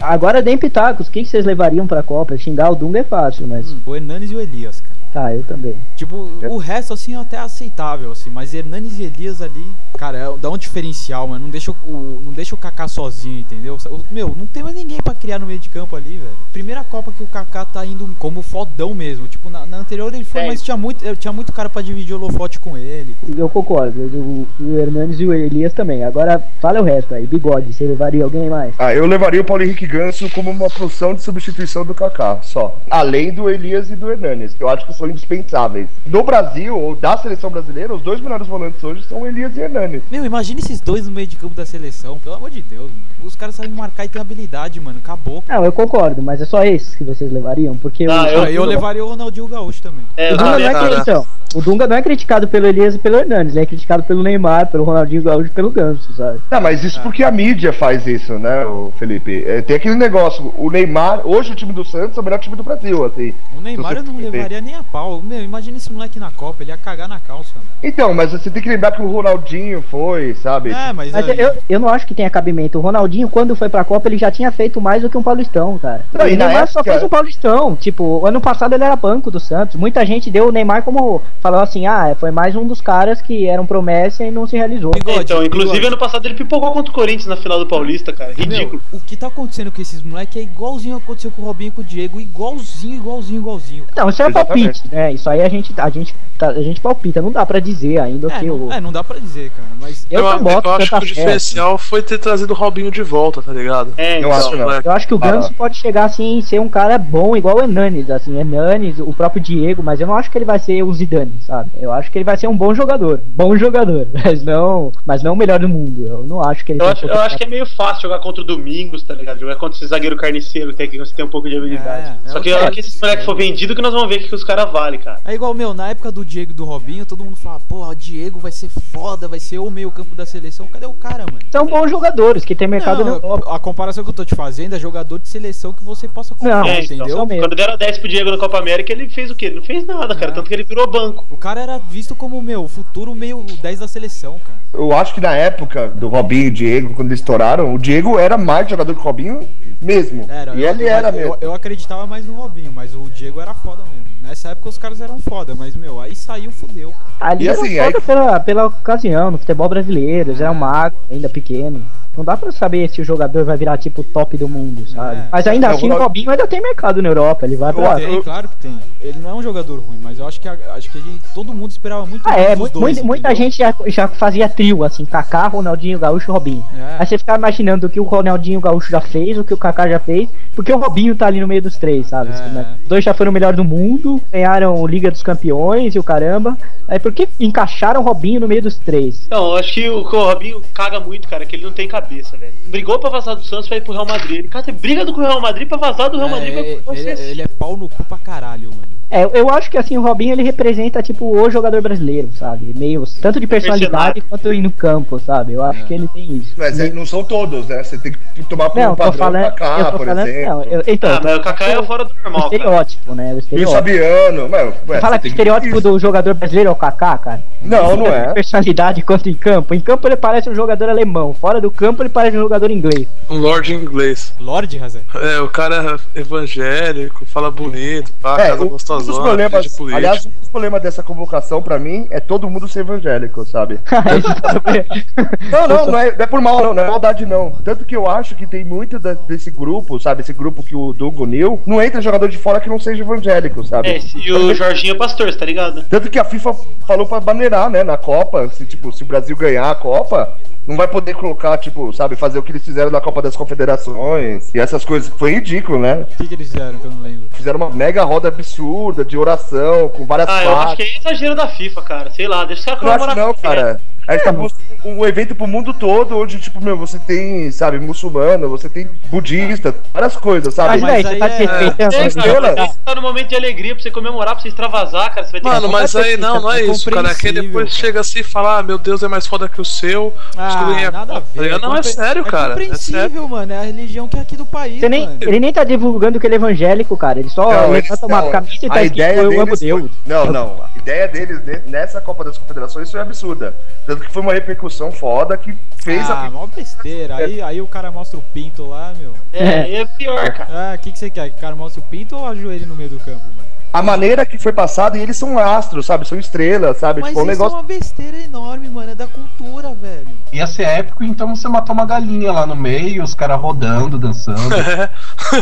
Agora é deem pitacos. O que que vocês levariam pra Copa? Xingar o Dunga é fácil, mas. Hum, O Hernanes e o Elias, cara. Tá, eu também. Tipo, o resto, assim, é até aceitável, assim. Mas Hernanes e Elias ali, cara, é- dá um diferencial, mano. Não deixa o- o, não deixa o Kaká sozinho, entendeu? O- Meu, não tem mais ninguém pra criar no meio de campo ali, velho. Primeira Copa que o Kaká tá indo como fodão mesmo. Tipo, na, na anterior ele foi, É. mas tinha muito, eh, tinha muito cara pra dividir o holofote com ele. Eu concordo. O, o Hernandes e o Elias também. Agora fala o resto aí. Bigode, você levaria alguém mais? Ah, eu levaria o Paulo Henrique Ganso como uma função de substituição do Kaká, só. Além do Elias e do Hernanes. que Eu acho que são são indispensáveis. No Brasil, ou da seleção brasileira, os dois melhores volantes hoje são Elias e Hernani. Meu, imagina esses dois no meio de campo da seleção, pelo amor de Deus, mano. Os caras sabem marcar e tem habilidade, mano. Acabou. Não, eu concordo, mas é só esses que vocês levariam, porque Ah, o, eu- Eu, eu levaria o Ronaldinho Gaúcho também. É, o eu Dunga também, não é cara. cri- então, o Dunga não é criticado pelo Elias e pelo Hernandes, ele é criticado pelo Neymar, pelo Ronaldinho Gaúcho, e pelo Ganso, sabe? Não, mas É. isso porque a mídia faz isso, né, o Felipe? É, tem aquele negócio, o Neymar, hoje o time do Santos é o melhor time do Brasil, assim. O Neymar eu não levaria nem a pau. Meu, imagina esse moleque na Copa, ele ia cagar na calça. mano. Então, mas você tem que lembrar que o Ronaldinho foi, sabe? É, mas, Mas aí- eu, eu não acho que tenha cabimento. O Ronaldinho, quando foi pra Copa, ele já tinha feito mais do que um Paulistão, cara. Não, e o na Neymar só época- fez um Paulistão. Tipo, ano passado ele era banco do Santos. Muita gente deu o Neymar como. Falou assim: ah, foi mais um dos caras que eram promessa e não se realizou. Bigode, Então, inclusive bigode. ano passado ele pipocou contra o Corinthians na final do Paulista, cara. Ridículo. Meu, o que tá acontecendo com esses moleques é igualzinho ao que aconteceu com o Robinho e com o Diego. Igualzinho, igualzinho, igualzinho. Não, isso é Exatamente. palpite, né? Isso aí a gente, a gente, tá- a gente palpita. Não dá pra dizer ainda É que não, o. é, não dá pra dizer, cara. Mas Eu, não boto acho que tá tanta o fé, diferencial foi ter trazido o Robinho de volta, tá ligado? É, Eu então. acho não. Eu acho que o Ah, Ganso pode chegar assim e ser um cara bom, igual o Hernanes, assim, Hernanes, o próprio Diego, mas eu não acho que ele vai ser o Zidane, sabe? Eu acho que ele vai ser um bom jogador, bom jogador, mas não, mas não o melhor do mundo. Eu não acho que ele Eu tem acho, eu potencial. acho que é meio fácil jogar contra o Domingos, tá ligado? Jogar contra esse zagueiro carniceiro que tem que você tem um pouco de habilidade. É, é Só que o a hora certo. que esse moleque for vendido, que nós vamos ver o que que os caras valem, cara. É igual, meu, na época do Diego e do Robinho, todo mundo fala, porra, o Diego vai ser foda, vai ser o meio campo da seleção. Cadê o cara, mano? São bons jogadores que tem mercado na Europa. Não, a comparação que eu tô te fazendo é jogador de seleção que você possa comprar, Não, É, então, entendeu? mesmo. quando deram 10 pro Diego na Copa América, ele fez o quê? Ele não fez nada, cara. É. Tanto que ele virou banco. O cara era visto como, meu, o futuro meio 10 da seleção, cara. Eu acho que na época do Robinho e Diego, quando eles estouraram, o Diego era mais jogador que o Robinho mesmo. Era, e eu- ele eu- era eu, mesmo. Eu acreditava mais no Robinho, mas o Diego era foda mesmo. Nessa época os caras eram foda, mas, meu, aí saiu, fudeu. cara. Ali E era assim, foda aí- pela, pela ocasião, no futebol brasileiro, eles eram magros, ainda pequeno. Não dá pra saber se o jogador vai virar tipo o top do mundo, sabe? É. Mas ainda Não, assim, o o Ronaldo- Robinho ainda tem mercado na Europa, ele vai pra. Tem, claro que tem. Ele não é um jogador ruim, mas eu acho que, a- acho que ele- todo mundo esperava muito Ah, mais é, dos mu- dois, muita- muita entendeu? gente já, já fazia trio, assim, Kaká, Ronaldinho Gaúcho e Robinho. É. Aí você ficava imaginando o que o Ronaldinho Gaúcho já fez, o que o Kaká já fez, porque o Robinho tá ali no meio dos três, sabe? É. Assim, né? Os dois já foram o melhor do mundo, ganharam Liga dos Campeões e o caramba. Aí por que encaixaram o Robinho no meio dos três? Não, Então, eu acho que o, que o Robinho caga muito, cara, é que ele não tem cabeça, velho. Brigou pra vazar do Santos pra ir pro Real Madrid. Ele, cara, você briga do- com o Real Madrid pra vazar do Real Madrid pra É, pra ele, você. ele é pau no cu pra caralho, mano. É, eu acho que assim, o Robinho ele representa, tipo, o jogador brasileiro, sabe? Meio, tanto de personalidade quanto no campo, sabe? Eu acho que ele tem isso. Mas é, não são todos, né? Você tem que tomar por Não, um tô padrão pra falando. eu cá, tô por falando. exemplo. Não, eu, então, Ah, eu tô mas o Kaká é falando fora do o normal, cara. estereótipo, né? O E o estereótipo. Sabiano, mano, ué, você Fala que o tem estereótipo do jogador brasileiro é o Kaká, cara. Não, não é. Personalidade quanto em campo. Em campo ele parece um jogador alemão. Fora do campo ele parece um jogador inglês. Um Lorde inglês. Lorde, Razé. É, o cara é evangélico, fala bonito, pá, É, casa um dos gostosona, problemas, de político. aliás, um dos problemas dessa convocação pra mim é todo mundo ser evangélico, sabe? Ah, Não, não, não é, não é por mal, não, não é maldade, não. Tanto que eu acho que tem muito da- desse grupo, sabe? Esse grupo que o Doug uniu, não entra jogador de fora que não seja evangélico, sabe? É, e o Jorginho é pastor, você tá ligado? Tanto que a FIFA falou pra maneirar, né, na Copa, se, tipo, se o Brasil ganhar a Copa, não vai poder colocar, tipo, sabe, fazer o que eles fizeram na Copa das Confederações e essas coisas. Foi ridículo, né? O que, que eles fizeram que eu não lembro? Fizeram uma mega roda absurda de oração, com várias Ah, eu acho que partes. é exagero da FIFA, cara. Sei lá, deixa os caras Não acho comemorar. não, cara. né? A gente tá postando um evento pro mundo todo, onde, tipo, meu, você tem, sabe, muçulmano, você tem budista, várias coisas, sabe? Mas, Mas velho, você aí tá é- desrespeitando. É, É, cara, Olha. você tá no momento de alegria pra você comemorar, pra você extravasar, cara. Você vai ter Mano, que... mas aí não, não é, é isso, cara. É que compreensível, depois cara. chega assim e fala, ah, meu Deus é mais foda que o seu. Ah, Descobri- nada a ver. Não, é compre- sério, cara. É É sério. compreensível, mano. É a religião que é aqui do país, Você nem, mano. ele nem tá divulgando que ele é evangélico, cara. Ele só Não, eles- levanta uma não, camisa e tá a escrito ideia eu amo deles Deus. foi- Não, não. A ideia deles ne- nessa Copa das Confederações foi absurda. Tanto que foi uma repercussão foda que fez Ah, a. mó besteira. Aí, aí o cara mostra o pinto lá, meu. É, aí é pior, cara. Ah, o que, que você quer? Que o cara mostre o pinto ou ajoelhe no meio do campo, mano? A maneira que foi passada, e eles são astros, sabe? São estrelas, sabe? Mas tipo, um isso negócio. é uma besteira enorme, mano. É da cultura, velho. Ia ser épico, então você matou uma galinha lá no meio, os caras rodando, dançando.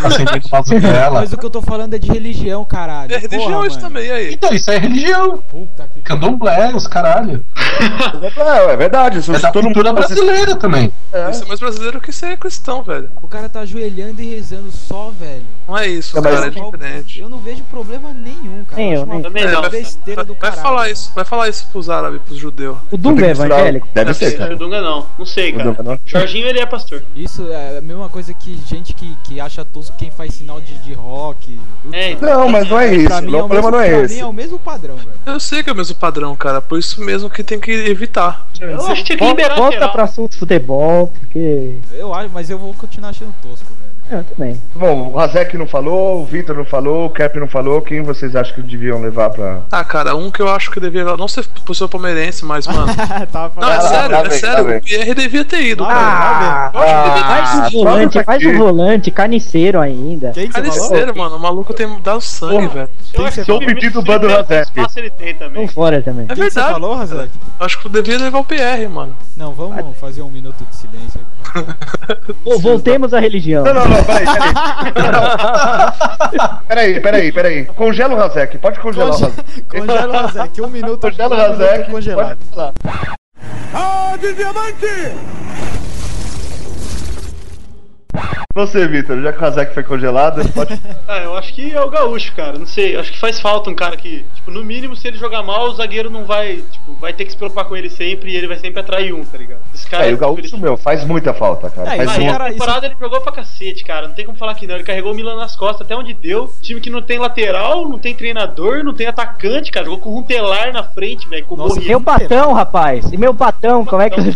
Acendendo vaso dela. Mas o que eu tô falando é de religião, caralho. É religião Porra, isso mano. também, e aí? Então, isso é religião. Puta que Candomblé, os caralho. É, é verdade. Isso, É da todo mundo cultura brasileira também. É. Isso é mais brasileiro que ser cristão, velho. O cara tá ajoelhando e rezando só, velho. Não é isso, É, mas- cara, é diferente. É, Eu não vejo problema nenhum, cara. Nem eu, acho uma nem eu. Também não. puta besteira Vai, do vai caralho. falar isso, vai falar isso pros árabes, pros judeus. O Dunga é evangélico? Deve ser, cara. né? O Dunga não. Não sei, cara. Dunga não. Jorginho, ele é pastor. Isso é a mesma coisa que gente que, que acha tosco quem faz sinal de, de rock. Puta, É, então. Não, mas não é isso. pra mim o é o problema mesmo, não é pra mim esse. é o mesmo padrão, velho. Eu sei que é o mesmo padrão, cara, por isso mesmo que tem que evitar. Eu acho que tinha que Volta, liberar a volta geral. pra assunto de futebol, porque. É, Eu acho, mas eu vou continuar achando tosco, velho. Eu também. Bom, o Razek não falou, o Vitor não falou, o Cap não falou. Quem vocês acham que deviam levar pra. Ah, cara, um que eu acho que devia. Não sei por ser palmeirense, mas, mano. Tava Não, é lá, sério, lá é vem, lá sério. vem. O Pierre devia ter ido, cara. Ah, Faz o volante, vamos faz o aqui. volante, carniceiro ainda. Quem que você falou? Carniceiro, mano. O maluco tem dá o sangue, velho. Eu acho que sou o Firmino pedido tem Bando tanto Razek. espaço ele tem também. Vão fora também. É Quem que você verdade. falou, Razek? Acho que eu devia levar o Pierre, mano. Não, vamos fazer um minuto de silêncio. Pô, voltemos à religião. Não, não, não, peraí, peraí. peraí, peraí, peraí. Congela o Razek, pode congelar o Razek. Congela o Razek, um minuto. Congela o um minuto Razek. Congelado. pode falar. Você, Vitor, já que o Razek foi congelado, pode. Ah, eu acho que é o gaúcho, cara. Não sei, acho que faz falta um cara que, tipo, no mínimo, se ele jogar mal, o zagueiro não vai, tipo, vai ter que se preocupar com ele sempre e ele vai sempre atrair um, tá ligado? Esse cara. É, e o tipo, Gaúcho, ele... meu, faz muita falta, cara. É, Faz Ah, isso e muita. aí- na Cara, temporada ele jogou pra cacete, cara. Não tem como falar que não. Ele carregou o Milan nas costas até onde deu. Time que não tem lateral, não tem treinador, não tem atacante, cara. Jogou com o Runtelar na frente, velho. Com o Nossa, Borriello. Meu patão, rapaz. E meu patão, como é que você.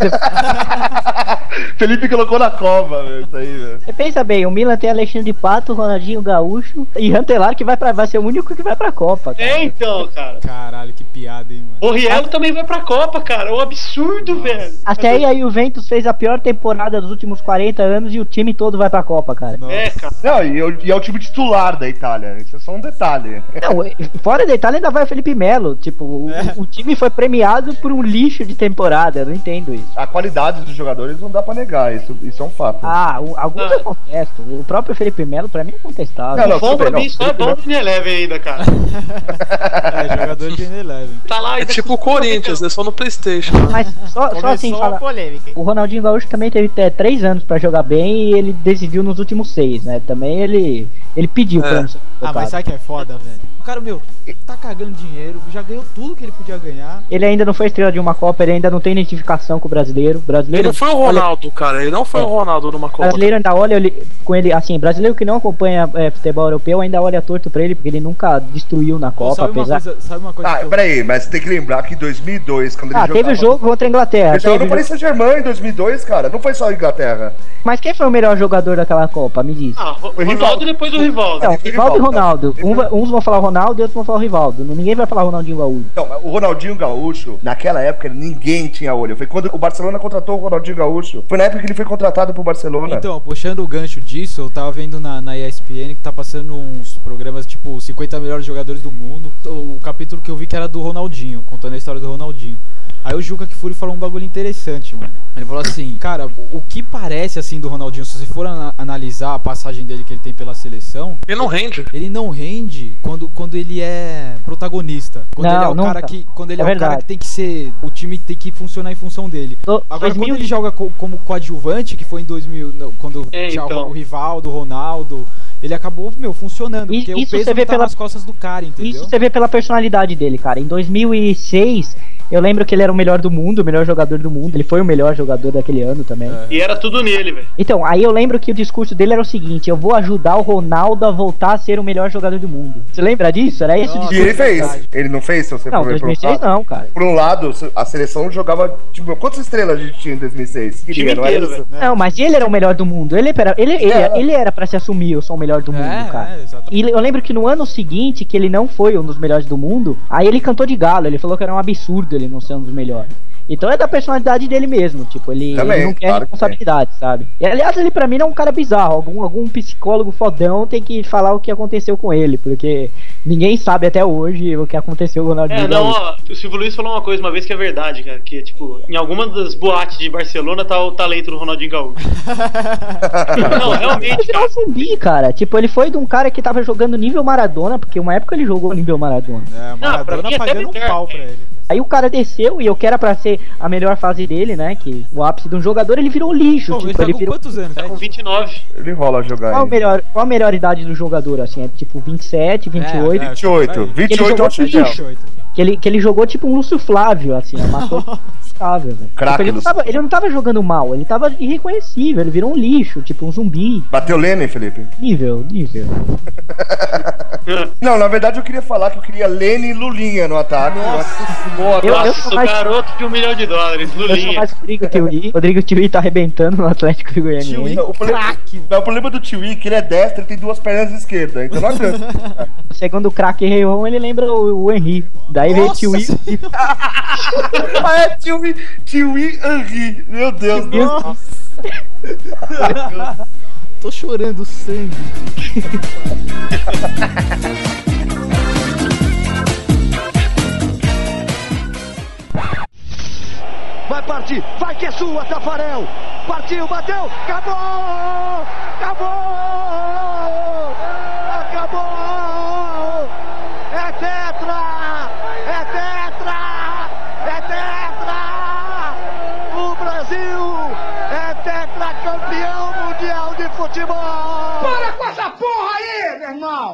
Felipe colocou na cova, velho, isso aí, velho. Você pensa bem, o Milan tem Alexandre Pato, Ronaldinho Gaúcho e Rantelar que vai, pra, vai ser o único que vai pra Copa. cara. É, então, cara. Caralho, que piada, hein, mano. Borriello também vai pra Copa, cara. É um absurdo, velho. Até aí a Juventus fez a pior temporada dos últimos 40 anos e o time todo vai pra Copa, cara. Nossa. É, cara. Não, e, eu- e é o time titular da Itália. Isso é só um detalhe. Não, e- fora da Itália ainda vai o Felipe Melo. Tipo, o, É. o time foi premiado por um lixo de temporada. Eu não entendo isso. A qualidade dos jogadores não dá pra negar, isso, isso é um fato. Ah, o, alguns Ah. eu contesto. O próprio Felipe Melo, pra mim, é contestável. Não, O bom tudo pra bem, mim não, só é tudo bom bem. do Eleven ainda, né, cara. É, jogador de N11. Tá lá É ainda tipo com- o Corinthians, né? Só no Playstation. né? Mas só, só assim, Começou fala, a polêmica. hein? o Ronaldinho Gaúcho também teve é, três anos pra jogar bem e ele decidiu nos últimos seis, né? Também ele, ele pediu É. pra não ser Ah, mas convocado. sabe que é foda, velho? O cara, meu, tá cagando dinheiro, já ganhou tudo que ele podia ganhar. Ele ainda não foi estrela de uma Copa, ele ainda não tem identificação com o brasileiro. Ele Brasileiro, não foi o Ronaldo, cara. Ele não foi o Ronaldo numa Copa. brasileiro ainda olha ele- com ele, assim, brasileiro que não acompanha é, futebol europeu ainda olha torto pra ele, porque ele nunca destruiu na Copa, sabe, uma apesar. coisa, sabe uma coisa Ah, que eu... peraí, mas tem que lembrar que em 2002, quando ele Ah, jogava... teve o jogo contra a Inglaterra. Ele jogou teve no jogo- Paris Saint-Germain em 2002, cara. Não foi só a Inglaterra. Mas quem foi o melhor jogador daquela Copa? Me diz. Ah, O Ro- Rivaldo. Rivaldo depois do Rivaldo. Não, teve Rivaldo e Rivaldo, Ronaldo. teve- Um vai- uns vão falar o Ronaldo e outros vão falar o Rivaldo. Ninguém vai falar o Ronaldinho Gaúcho. Então, o Ronaldinho Gaúcho, naquela época, ninguém tinha olho. Foi quando o Barcelona contratou o Ronaldinho Gaúcho. Foi na época que ele foi contratado pro Barcelona. Então, puxando o gancho disso, eu tava vendo na, na ESPN que tá passando uns programas tipo 50 melhores jogadores do mundo. O capítulo que eu vi que era do Ronaldinho, contando a história do Ronaldinho. Aí o Juca Kfouri falou um bagulho interessante, mano. Ele falou assim, cara, o- o que parece assim do Ronaldinho, se você for ana- analisar a passagem dele que ele tem pela seleção, Ele não rende. ele não rende quando, quando ele é protagonista. Quando Não, ele é o nunca. cara que. Quando ele é, o É cara verdade. que tem que ser. O time tem que funcionar em função dele. Do- Agora, 2000 quando ele joga co- como coadjuvante, que foi em 2000, não, quando É, tinha o- então. o Rivaldo, o Ronaldo, ele acabou, meu, funcionando. Isso- Porque o isso peso você não vê tá pela- nas costas do cara, entendeu? Isso você vê pela personalidade dele, cara. Em 2006, eu lembro que ele era o melhor do mundo, o melhor jogador do mundo. Ele foi o melhor jogador daquele ano também. É. E era tudo nele, velho. Então, aí eu lembro que o discurso dele era o seguinte: eu vou ajudar o Ronaldo a voltar a ser o melhor jogador do mundo. Você lembra disso? Era esse o Nossa, E discurso. ele fez. verdade. Ele não fez, se você Não, for ver 2006 lado. não, cara. Por um lado, a seleção jogava... Tipo, quantas estrelas a gente tinha em 2006? Queria, não era inteiro, isso? velho. Não, mas ele era o melhor do mundo. Ele era, ele, ele, É. ele era pra se assumir, eu sou o melhor do mundo, cara. é, exatamente. E eu lembro que no ano seguinte, que ele não foi um dos melhores do mundo, aí ele cantou de galo, ele falou que era um absurdo ele não ser um dos melhores. Então é da personalidade dele mesmo, tipo, ele, Também, ele não quer claro que responsabilidade, sabe? E aliás, ele pra mim não é um cara bizarro. Algum, algum psicólogo fodão tem que falar o que aconteceu com ele, porque ninguém sabe até hoje o que aconteceu com o um Ronaldinho. É, não, ó, o Silvio Luiz falou uma coisa uma vez que é verdade, cara, que tipo, em alguma das boates de Barcelona tá o talento do Ronaldinho Gaúcho. não, realmente, Ele é um cara. zumbi, cara. Tipo, ele foi de um cara que tava jogando nível Maradona, porque uma época ele jogou nível Maradona. É, o pra Maradona mim é pagando um Demeter, pau pra é. ele. Aí o cara desceu e eu que era pra ser a melhor fase dele, né? Que o ápice de um jogador, ele virou lixo. Pô, ele tipo, tá ele com virou. quantos anos? Tá com 29. Ele rola jogar Qual a, ainda. melhor, qual a melhor idade do jogador, assim? É tipo 27, 28. é, 28. Ele 28 é jogou o Chechel. lixo. Que, ele, que ele jogou tipo um Lúcio Flávio, assim, ó, matou inacreditável, velho. Craque Tipo, ele, não Lúcio tava, ele não tava jogando mal, ele tava irreconhecível, ele virou um lixo, tipo um zumbi. Bateu Lene, Felipe. Nível, nível. Não, na verdade eu queria falar que eu queria Lene e Lulinha no ataque. Eu- eu Nossa, sou sou mais- garoto de um milhão de dólares, Eu sou Lulinha. mais Rodrigo Tiwi. Rodrigo Tiwi tá arrebentando no Atlético de Goianiense. O problema, não, o problema do Tiwi é que ele é destro, ele tem duas pernas esquerdas, então não adianta. Segundo o craque Reion, ele lembra o, o Henry. Daí veio Nossa Tiwi. ah, é Tiwi, Tiwi Henry, meu Deus. do céu. Tô chorando sangue. Vai partir, vai que é sua, Tafarel. Partiu, bateu, acabou! Ah! Acabou! Acabou! É tetra! É tetra! É tetra! O Brasil é tetracampeão mundial de futebol! Para com essa porra aí, meu irmão!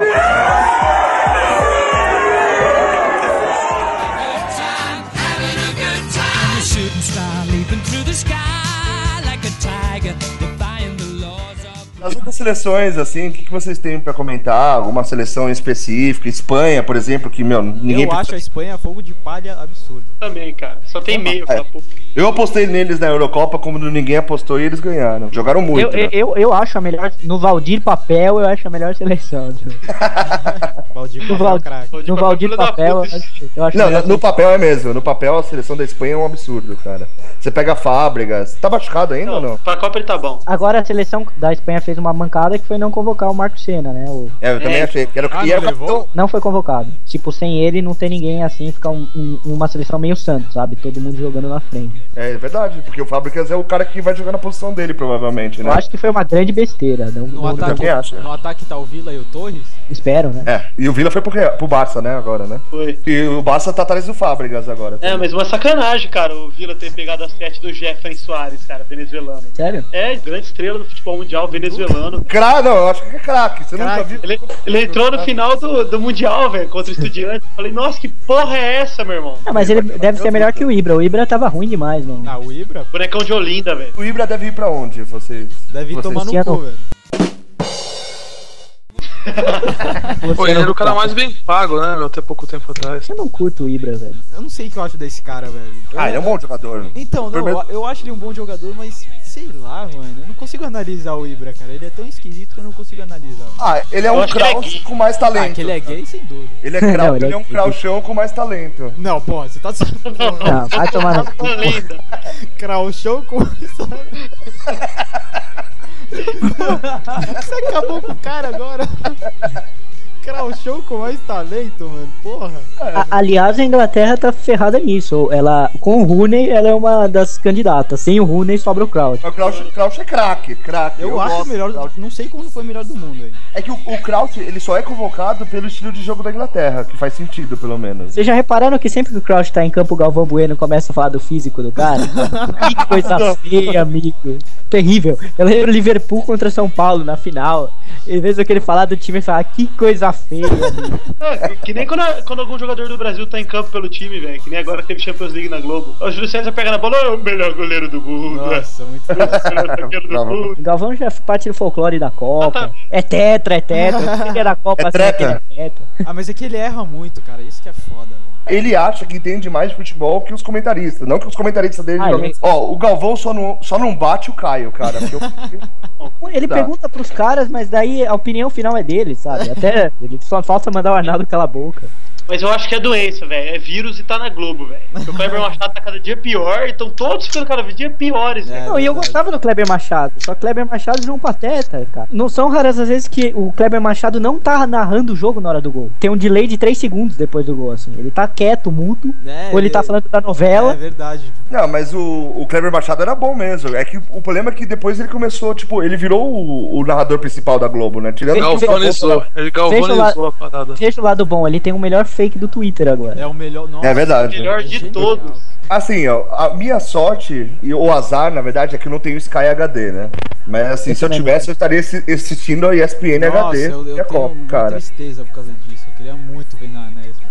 As outras seleções, assim, o que, que vocês têm pra comentar? Alguma seleção específica? Espanha, por exemplo, que, meu, ninguém... Eu acho a Espanha fogo de palha absurdo. Também, cara. Só tem meio, é, aquela porra. Eu apostei neles na Eurocopa como ninguém apostou e eles ganharam. Jogaram muito. Eu, né? eu, eu, eu acho a melhor. No Valdir Papel, eu acho a melhor seleção. tipo. Valdir No Papel, Valdir, craque. no Valdir Filha da Papel, eu puta. acho, eu acho Não, melhor no- no papel é mesmo. No papel a seleção da Espanha é um absurdo, cara. Você pega Fábricas. Tá machucado ainda ou não? Pra Copa ele tá bom. Agora a seleção da Espanha fez uma mancada que foi não convocar o Marco Senna, né? O- É, eu também É. achei. que Era, Ah, e era um- o não levou? capitão. Não foi convocado. Tipo, sem ele não tem ninguém assim, fica um- um- uma seleção meio santo, sabe? Todo mundo jogando na frente. É verdade, porque o Fábricas é o cara que vai jogar na posição dele, provavelmente, Eu né? acho que foi uma grande besteira. Não, No não- ataque, também acho. no ataque tá o Vila e o Torres? espero, né? É, e o Vila foi pro, Real- pro Barça, né, agora, né? Foi. E o Barça tá atrás do Fábricas agora. É, mas uma sacanagem, cara, o Vila ter pegado a sete do Jeffrey Soares, cara, venezuelano. Sério? É, grande estrela do futebol mundial venezuelano. Cra... Não, eu acho que é craque. Você nunca viu? Ele, ele entrou no final do, do Mundial, velho, contra o Estudiantes. Falei, nossa, que porra é essa, meu irmão? Ah, mas ele deve ser melhor que o Ibra. O Ibra tava ruim demais, não. Na o Ibra? Bonecão de Olinda, velho. O Ibra deve ir pra onde, vocês? Deve ir vocês? tomar no Cristiano- cu, velho. Pô, né? ele era o cara mais bem pago, né, meu, até pouco tempo atrás. Eu não curto o Ibra, velho. Eu não sei o que eu acho desse cara, velho. Eu- Ah, ele é um bom jogador. Então, não, eu, eu acho ele um bom jogador, mas sei lá, mano. Eu não consigo analisar o Ibra, cara. Ele é tão esquisito que eu não consigo analisar. mano. Ah, ele é Eu um acho que ele é Kraus gay. com mais talento. Ah, que ele é gay, sem dúvida. Ele é, Kraus, Não, ele ele é é um gay. Krauchão com mais talento. Não, pô, você tá só Não, vai tomar no cu. Olinda. crauchão com isso. Você acabou com o cara agora. Crauchão com mais talento, mano. Porra. A- Aliás, a Inglaterra tá ferrada nisso. Ela, com o Rooney, ela é uma das candidatas. Sem o Rooney, sobra o Kraut. Mas O Kraus, o Kraus é craque, craque. Eu, acho gosto o do melhor. Kraus. Não sei como não foi o melhor do mundo aí. É que o, o Kraus, ele só é convocado pelo estilo de jogo da Inglaterra, que faz sentido, pelo menos. Vocês já repararam que sempre que o Kraut tá em campo, o Galvão Bueno começa a falar do físico do cara? que coisa feia, amigo. Terrível. Eu lembro Liverpool contra São Paulo na final. Em vez do que ele falar do time, ele fala que coisa feia, amigo. Não, É, que nem quando, quando algum jogador do Brasil tá em campo pelo time, velho. Que nem agora que teve Champions League na Globo. O Júlio César pega na bola, é o melhor goleiro do mundo. é Nossa, muito. o melhor zagueiro do Não. mundo. O Galvão já parte do folclore da Copa. É tetra, é tetra. O time da Copa É assim, treta. aquele é tetra. Ah, mas é que ele erra muito, cara. Isso que é foda, velho. Ele acha que entende mais de futebol que os comentaristas. Não que os comentaristas dele. Ah, jogam- ele- Ó, o Galvão só não, só não bate o Caio, cara. porque eu- Ele Tá. pergunta pros caras, mas daí a opinião final é dele, sabe? Até ele só falta mandar o Arnaldo calar a boca. Mas eu acho que é doença, velho. É vírus e tá na Globo, velho. Porque O Kleber Machado tá cada dia pior, então todos ficando cada dia É, piores, É, velho. É, Não, e eu gostava do Kleber Machado, só Kleber Machado virou um pateta, cara. Não são raras as vezes que o Kleber Machado não tá narrando o jogo na hora do gol. Tem um delay de 3 segundos depois do gol, assim. Ele tá quieto, mudo, É, ou ele tá ele- falando da novela. É verdade. Não, mas o, o Kleber Machado era bom mesmo. É que o problema é que depois ele começou, tipo, ele virou o, o narrador principal da Globo, né? Tirando que o Galvanizou. Ele galvanizou a parada. Veja o lado bom, ele tem o melhor fake do Twitter agora. É o melhor. Nossa, É verdade. Melhor de todos. Assim, ó, a minha sorte, e o azar, na verdade, é que eu não tenho Sky HD, né? Mas assim, se eu tivesse, eu estaria assi- assistindo a ESPN Nossa, HD eu, eu e a tenho Copa, uma É cara. tristeza por causa disso. Eu queria muito ver na, na ESPN.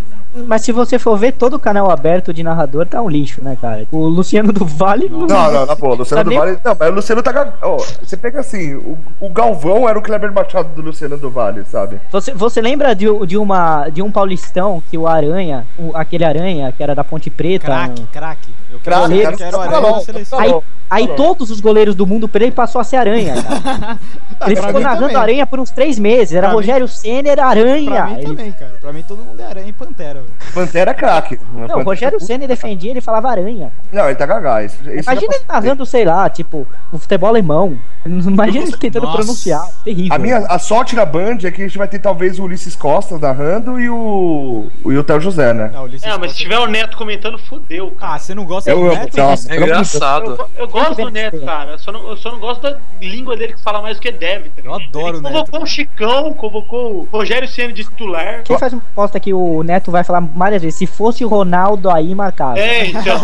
Mas se você for ver todo o canal aberto de narrador, tá um lixo, né, cara? O Luciano do Vale. Não, não, na boa, o Luciano Tá do nem- Vale. Não, mas o Luciano tá. ga- ó, você pega assim, o, o Galvão era o Kleber Machado do Luciano do Vale, sabe? Você, você lembra de, de uma, de um paulistão que o Aranha, o- aquele Aranha que era da Ponte Preta. Craque, um- craque. Eu quero, Craque, eu cara, quero o tá Aranha bom, da seleção. tá Aí, bom. aí todos os goleiros do mundo pra ele passou a ser aranha, cara. Tá, ele pra ficou mim narrando também. né? aranha por uns três meses. Era Pra mim- Rogério Senner, Pra aranha. mim ah, Ele- também, cara. Pra mim todo mundo é aranha e pantera, velho. Pantera é craque. Não, o Rogério Senna defendia, ele falava aranha. Não, ele tá gagá. Isso, isso Imagina já ele passou. narrando, sei lá, tipo, o futebol alemão. Imagina ele tentando Nossa. pronunciar. Terrível. A minha a sorte na Band é que a gente vai ter talvez o Ulisses Costa narrando e o. E o Theo José, né? Ah, o Ulisses É, mas se Costa- tiver o Neto comentando, fudeu, cara. Ah, você não gosta Eu do amo, Neto? nossa. É Eu não- engraçado. Eu gosto do Neto, cara. Eu só, não, eu só não gosto da língua dele que fala mais do que deve. Tá Eu ligado? adoro o Ele Neto. convocou o Chicão, convocou o Rogério Ceni de titular. Quem faz uma aposta que o Neto vai falar várias vezes? Se fosse o Ronaldo aí, marcava. É, então.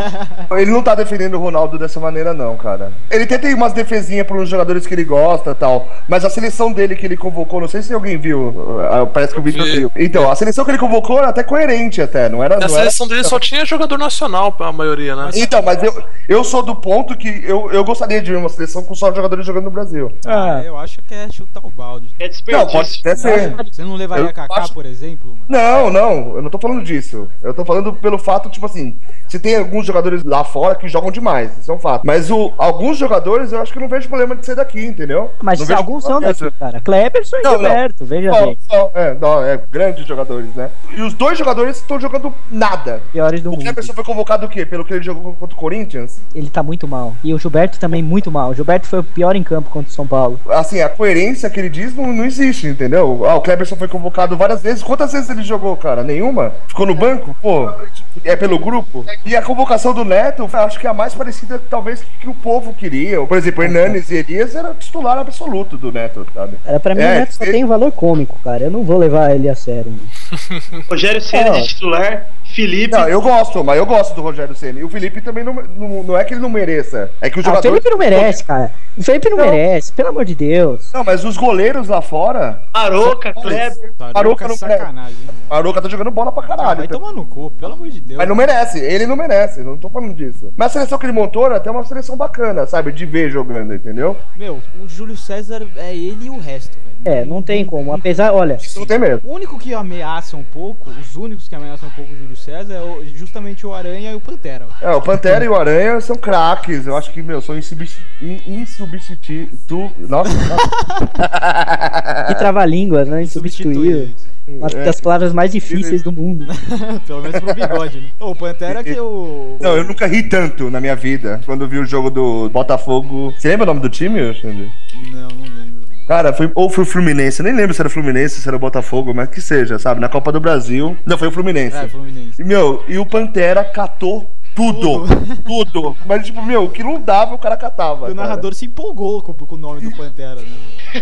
Ele não tá defendendo o Ronaldo dessa maneira, não, cara. Ele tenta ir umas defesinhas para uns jogadores que ele gosta e tal. Mas a seleção dele que ele convocou, não sei se alguém viu. ah, Parece que o Vitor vi. viu. Então, a seleção que ele convocou era até coerente, até. Não era. Na não era- assim. seleção dele só tinha jogador nacional, a maioria, né? Então, mas eu, eu sou do ponto que eu, eu gostaria de ver uma seleção com só jogadores jogando no Brasil. Ah, eu acho que é chutar o balde. É Não, desperdício. pode até ser. Você não levaria Eu Kaká, acho- por exemplo, mano? Não, não, eu não tô falando disso. Eu tô falando pelo fato, tipo assim, se tem alguns jogadores lá fora que jogam demais, isso é um fato. Mas o, alguns jogadores eu acho que não vejo problema de ser daqui, entendeu? Mas não vejo alguns são problema. daqui, cara. Cleberson e Não, não. Gilberto, veja Só- bem. só- é, não, é, grandes jogadores, né? E os dois jogadores estão jogando nada. Piores do O mundo. Cleberson foi convocado o quê? Pelo que ele jogou contra o Corinthians? Ele tá muito mal. E o Gilberto também muito mal. O Gilberto foi o pior em campo contra o São Paulo. Assim, a coerência que ele diz não, não existe, entendeu? Ah, o Cleberson foi convocado várias vezes. Quantas vezes ele jogou, cara? Nenhuma? Ficou no banco? Pô, é pelo grupo? E a convocação do Neto, eu acho que é a mais parecida, talvez, que o povo queria. Por exemplo, Hernanes e Elias era titular absoluto do Neto, sabe? Era pra mim É, o Neto só ele- tem um valor cômico, cara. Eu não vou levar ele a sério. Ah, Rogério Ceni Não. de titular, Felipe. Não, eu gosto, mas eu gosto do Rogério Ceni. E o Felipe também não, não, não é que ele não mereça. É que o Ah, o jogador. Felipe não merece, cara. O Felipe não, Não. merece, pelo amor de Deus. Não, mas os goleiros lá fora. Aroca, Kleber. Tarouca Tarouca, não sacanagem. hein? O Aroca tá jogando bola pra Ah, caralho. vai tomar no cu, pelo amor de Deus. Mas não merece, ele não merece, não tô falando disso. Mas a seleção que ele montou era até uma seleção bacana, sabe? De ver jogando, entendeu? Meu, o Júlio César é ele e o resto, velho. É, não tem como. Apesar, olha, Isso não tem mesmo. O único que ameaça um pouco, os únicos que ameaçam um pouco o Júlio César é o- justamente o Aranha e o Pantera. velho. É, o Pantera e o Aranha são craques. Eu acho que, meu, são insubsti- in- insubstitu... Nossa, É, que trava-língua, né? Substituir Substituir uma das palavras mais difíceis do mundo. eles. Pelo menos pro bigode, né? O Pantera que o. não, eu nunca ri tanto na minha vida quando eu vi o jogo do Botafogo. Você lembra o nome do time, Xande? Não, não lembro. Cara, foi, ou foi o Fluminense, eu nem lembro se era o Fluminense, se era o Botafogo, mas que seja, sabe? Na Copa do Brasil. Não, foi o Fluminense. É, Fluminense. E, meu, e o Pantera catou tudo. Tudo. Mas, tipo, meu, o que não dava, o cara catava. cara. O narrador se empolgou com, com o nome do Pantera, né?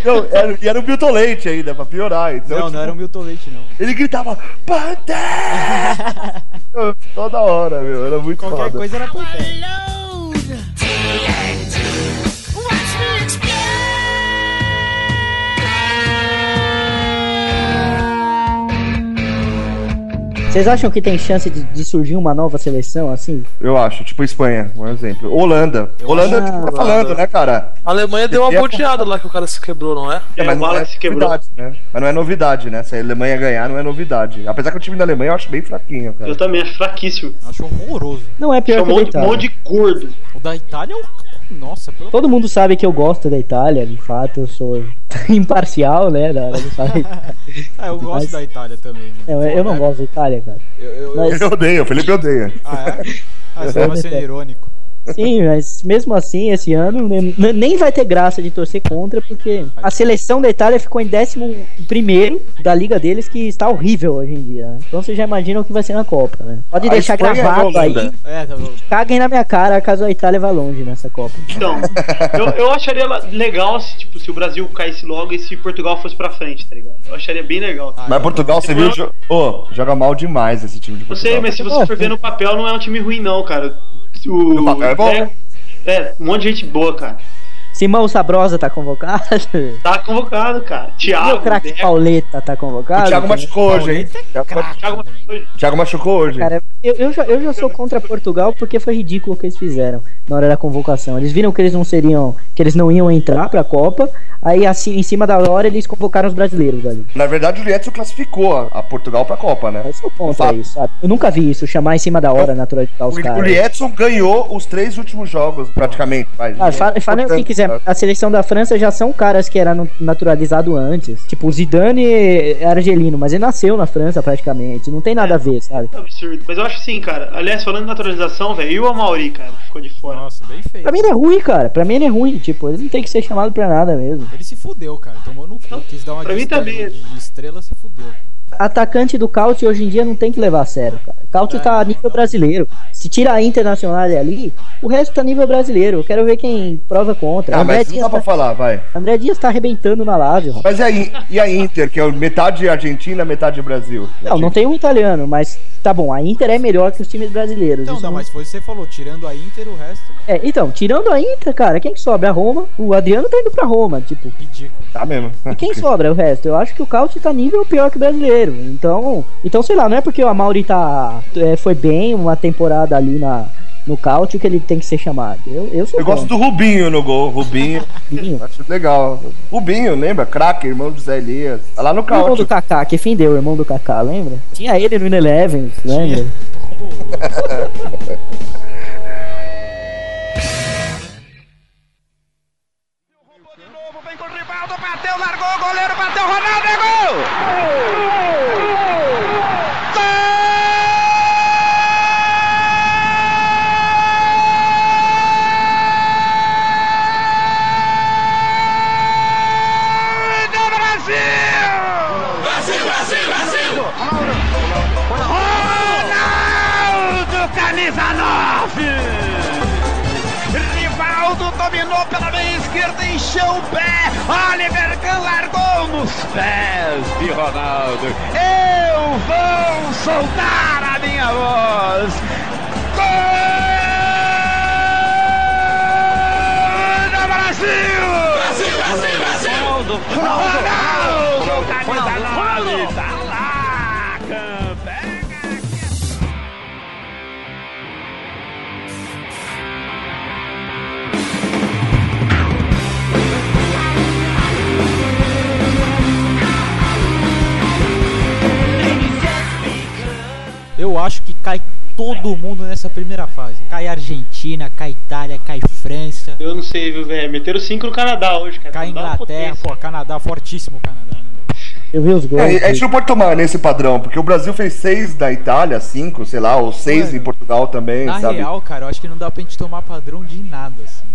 Não, era, e era o Milton Leite ainda, pra piorar. Então, Não, não tipo, era o Milton Leite, não. Ele gritava, Pantera! Meu, Toda hora, meu. Era muito Qualquer foda. coisa era Pantera. Vocês acham que tem chance de, de surgir uma nova seleção assim? Eu acho. Tipo, Espanha, um exemplo. Holanda. Holanda, acho tipo, tá que- falando, né, cara? A Alemanha deu uma bodeada lá que o cara se quebrou, não é? É, o Alex se quebrou. novidade, né? Mas não é novidade, né? Se a Alemanha ganhar, não é novidade. Apesar que o time da Alemanha eu acho bem fraquinho, cara. Eu também, acho fraquíssimo. Acho horroroso. Não é pior Chamou que o um Itália. monte de gordo. O da Itália é Nossa, pelo Todo mundo sabe que eu gosto da Itália, de fato, eu sou imparcial, né? Da, da, da... Ah, eu gosto Mas- da Itália também, mano. Eu, eu não É- gosto da Itália, cara. Eu, eu, Mas- Ele odeia, o Felipe odeia. Ah, é? Ah, você tava sendo irônico. Sim, mas mesmo assim, esse ano ne- ne- nem vai ter graça de torcer contra, porque a seleção da Itália ficou em 11 da liga deles, que está horrível hoje em dia. Né? Então vocês já imaginam o que vai ser na Copa, né? Pode A deixar Espanha e a gravado aí. Holanda. É, tá bom. Caguem na minha cara caso a Itália vá longe nessa Copa. Então, eu, eu acharia la- legal se, tipo, se o Brasil caísse logo e se Portugal fosse pra frente, tá ligado? Eu acharia bem legal. Ah, Mas Portugal, você viu? jo- Ô, joga mal demais esse time de Eu Portugal. sei, mas se você for ver no papel, não é um time ruim, não, cara. O, No papel é bom. É, é, um monte de gente boa, cara. Simão Sabrosa tá convocado. Tá convocado, cara. Meu Thiago. né? craque Deco, Pauleta tá O convocado. Thiago cara. machucou hoje, hein? é Thiago machu- Thiago um Matheus. Thiago machucou hoje. Cara, eu, eu, já, eu já sou contra Portugal porque foi ridículo o que eles fizeram na hora da convocação. Eles viram que eles não seriam, que eles não iam entrar pra Copa, aí assim, em cima da hora eles convocaram os brasileiros ali. Na verdade, o Edson classificou a- a Portugal pra Copa, né? Esse é o ponto Fato. aí, sabe? Eu nunca vi isso, chamar em cima da hora, naturalizar os O, o caras. Edson ganhou os três últimos jogos, praticamente. Vai. Ah, fala, fala o que quiser. A seleção da França já são caras que eram naturalizados antes. Tipo, o Zidane é argelino, mas ele nasceu na França praticamente. Não tem nada a ver, sabe? É um absurdo. Mas eu acho sim, cara. Aliás, falando de naturalização, velho, e o Amauri, cara, que ficou de fora. Nossa, bem feio. Pra mim ele é ruim, cara. Pra mim ele é ruim. Tipo, ele não tem que ser chamado pra nada mesmo. Ele se fudeu, cara. Tomou no cu. Quis dar uma pra de mim estrela- também. de estrela, se fudeu. atacante do Caute hoje em dia não tem que levar a sério, cara. Caute tá a É. nível brasileiro. Se tira a internacional ali, o resto tá nível brasileiro. Eu quero ver quem prova contra. Ah, André, mas não Dias dá pra tá, falar, vai. André Dias tá arrebentando na Lazio. Mas rapaz. e a, In- e a Inter, que é metade Argentina, metade Brasil? Não, não tem um italiano, mas tá bom. A Inter é melhor que os times brasileiros. Então, Isso não, não- mas foi o que você falou. Tirando a Inter, o resto, É, então, tirando a Inter, cara, quem que sobra? A Roma. O Adriano tá indo pra Roma, tipo. ridículo. Tá mesmo. E quem sobra o resto? Eu acho que o Caute tá nível pior que o brasileiro. Então, então sei lá, não é porque o Amauri tá, é, foi bem uma temporada ali na, no Caute que ele tem que ser chamado. Eu, eu sou Eu gosto do Rubinho no gol, Rubinho. Rubinho. Acho legal. Rubinho, lembra? Craque, irmão do Zé Elias. Tá lá no O irmão caute. do Kaká, que fendeu o irmão do Kaká, lembra? Tinha ele no Eleven, lembra? Bateu, largou, o goleiro bateu, Ronaldo, é gol! Gol do Brasil! Brasil, Brasil, Brasil! Ronaldo, camisa 9! Rivaldo dominou pela meia esquerda, encheu o pé. Oliver Kahn largou nos pés de Ronaldo. Eu vou soltar a minha voz. Gol do Brasil! Brasil, Brasil, Brasil! Ronaldo, Ronaldo, camisa 9, tá lá, Kahn, pega! Eu acho que cai todo mundo nessa primeira fase. Cai Argentina, cai Itália, cai França, Eu não sei, viu, velho? Meteram 5 no Canadá hoje, cara. cai Não dá um uma Inglaterra. potência. Pô, Canadá, fortíssimo Canadá, né? Eu vi os gols. É, a gente não pode tomar nesse padrão, porque o Brasil fez seis da Itália, cinco, sei lá, ou seis Mano, em Portugal também, Na sabe? real, cara, eu acho que não dá pra gente tomar padrão de nada, assim.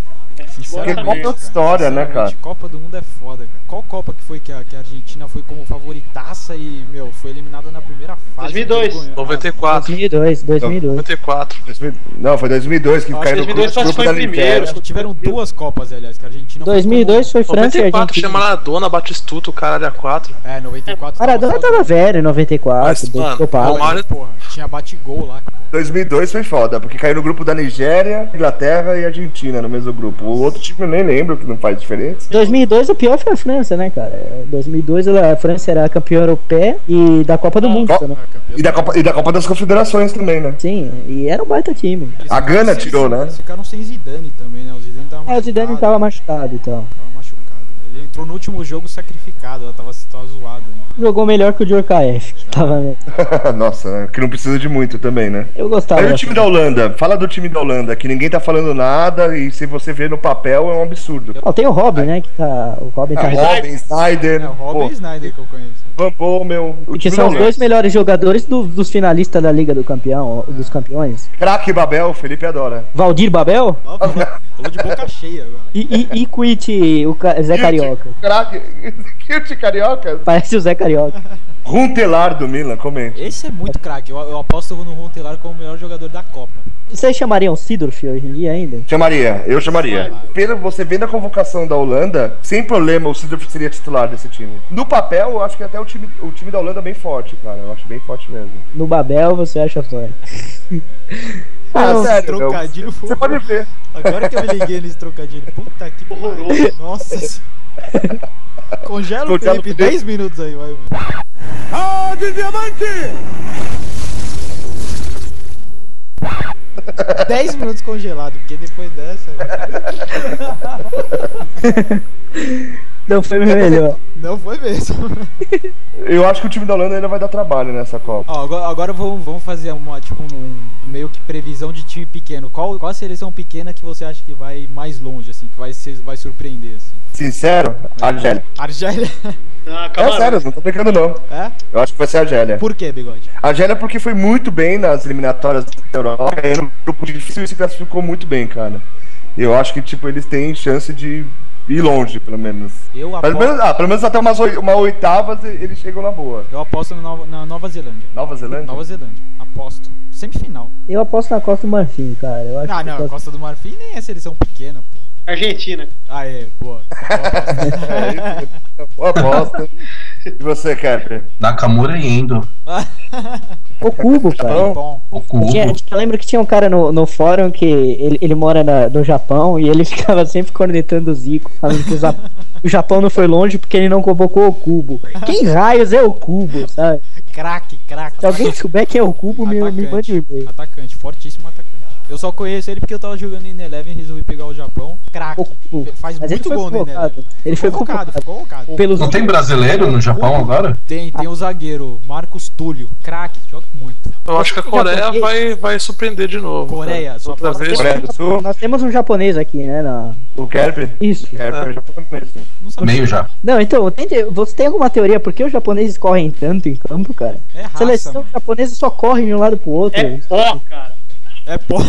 Porque Copa é outra cara. história, né, Sinceramente, cara? Copa do Mundo é foda, cara. Qual Copa que foi que a, que a Argentina foi como favoritaça e, meu, foi eliminada na primeira fase? 2002. Vergonha. 94. 2002, Então, 2002. 94. 2000 Não, foi 2002 que Acho caiu no 2002 grupo classificou da em Ah, primeiro. Nigéria. Acho que tiveram duas Copas, aliás, que a Argentina... foi 2002 foi França e 94, Argentina. chama Maradona, Batistuta, o caralho a 4. como- É, 94... Maradona tava velho em 94, Mas, mano, desculpa. Romário- Olha, porra, tinha bate-gol lá, cara. 2002 foi foda, porque caiu no grupo da Nigéria, Inglaterra e Argentina no mesmo grupo. O outro time eu nem lembro, que não faz diferença. 2002 o pior foi a França, né, cara? É, 2002 ela- a França era campeã europeia e da Copa do Mundo, Copa- né? E da, Copa, e da Copa das Confederações também, né? Sim, e era um baita time. Eles A ficaram Gana sem- tirou, né? Eles ficaram sem Zidane também, né? O Zidane tava É, o Zidane machucado. tava machucado e tal. Tava machucado. Ele entrou no último jogo sacrificado, ela tava, tava zoada. hein? Jogou melhor que o Djorkaeff, que tava. no- Nossa, né? que não precisa de muito também, né? Eu gostava. Aí o time da Holanda, fala do time da Holanda, que ninguém tá falando nada e se você vê no papel é um absurdo. Ó, tem o Robin, né? Que tá. O Robin tá. Ah, Robin, Snyder, É, o Robin pô, Snyder que eu conheço. Van Bommel, o Que time são da os dois Holanda. melhores jogadores do- dos finalistas da Liga do Campeão, ó, dos campeões. Craque Babel, Felipe adora. Valdir Babel Ó, Falou falou de boca cheia agora. e, e, e Quit, o Ca- Zé É Carioca. Craque, Kirt Carioca. Parece o Zé Carioca. Runtelar do Milan, comente. Esse é muito craque. Eu, eu aposto no Rontelar como o melhor jogador da Copa. Vocês chamariam o Sidorf hoje em dia ainda? Chamaria, eu chamaria. Pelo você vendo a convocação da Holanda, sem problema o Sidorf seria titular desse time. No papel, eu acho que até o time, o time da Holanda é bem forte, cara. Eu acho bem forte mesmo. No Babel você acha forte. Ah, Nossa, sério, meu. trocadilho foi. Você pode ver. Agora que eu me liguei nesse trocadilho. Puta que pariu. Nossa senhora. Congela o Congela o Felipe Felipe. 10 minutos aí, vai, mano. diamante! 10 minutos congelado, porque depois dessa. mano, Não foi o meu melhor. Não foi mesmo. Eu acho que o time da Holanda ainda vai dar trabalho nessa Copa. Ó, agora, agora vamos, vamos fazer uma, tipo, um meio que previsão de time pequeno. Qual, qual a seleção pequena que você acha que vai mais longe, assim, que vai, ser, vai surpreender, assim? Sincero, Argélia. Argélia. Ah, É Camarões. sério, não tô brincando não. É? Eu acho que vai ser a Argélia. Por que, bigode? A Argélia porque foi muito bem nas eliminatórias da Europa, era um grupo difícil e se classificou muito bem, cara. Eu acho que, tipo, eles têm chance de ir longe, pelo menos. Eu Mas, pelo, aposto, menos, ah, pelo menos até umas oi- uma oitava e- eles chegam na boa. eu aposto na Nova, na Nova Zelândia. Nova Zelândia? Nova Zelândia. Aposto. Semifinal. Eu aposto na Costa do Marfim, cara. Eu acho Ah, que tá- não. Costa- Costa do Marfim nem é seleção pequena, pô. Argentina. Ah, é. Boa. Então- É, isso. Boa aposta. E você, Kepler? Nakamura é e Endo. O Cubo, cara. Bom. Bom. O cubo. Tinha, eu lembro que tinha um cara no, no fórum que ele, ele mora na- no Japão e ele ficava sempre cornetando o Zico, falando que o, Ja- o Japão não foi longe porque ele não convocou o Cubo. Quem raios é o Cubo, sabe? Craque, craque. Se alguém souber quem é o Cubo, me, me mande um e-mail. Atacante. Fortíssimo atacante. Eu só conheço ele porque eu tava jogando em Eleven e resolvi pegar o Japão. Craque. O Cubo. Faz Mas ele muito foi gol no convocado. Ineleven. Ele foi convocado. Ficou convocado. Pelos Não tem brasileiro no Japão agora? Tem, tem o zagueiro Marcos Túlio. Craque. Joga muito. Eu acho que a Coreia Japonês. vai, vai surpreender de novo. né? Coreia, cara. só Outra aposta vez. Coreia do Sul? Nós temos um japonês aqui, né? na- O Kepler? Ah. Isso. O Kepler é japonês. Não sabia. Meio já. Não, então, tem te- você tem alguma teoria por que os japoneses correm tanto em campo, cara? É raça, Seleção mano. japonesa só corre de um lado pro outro. É pó, cara. É porra.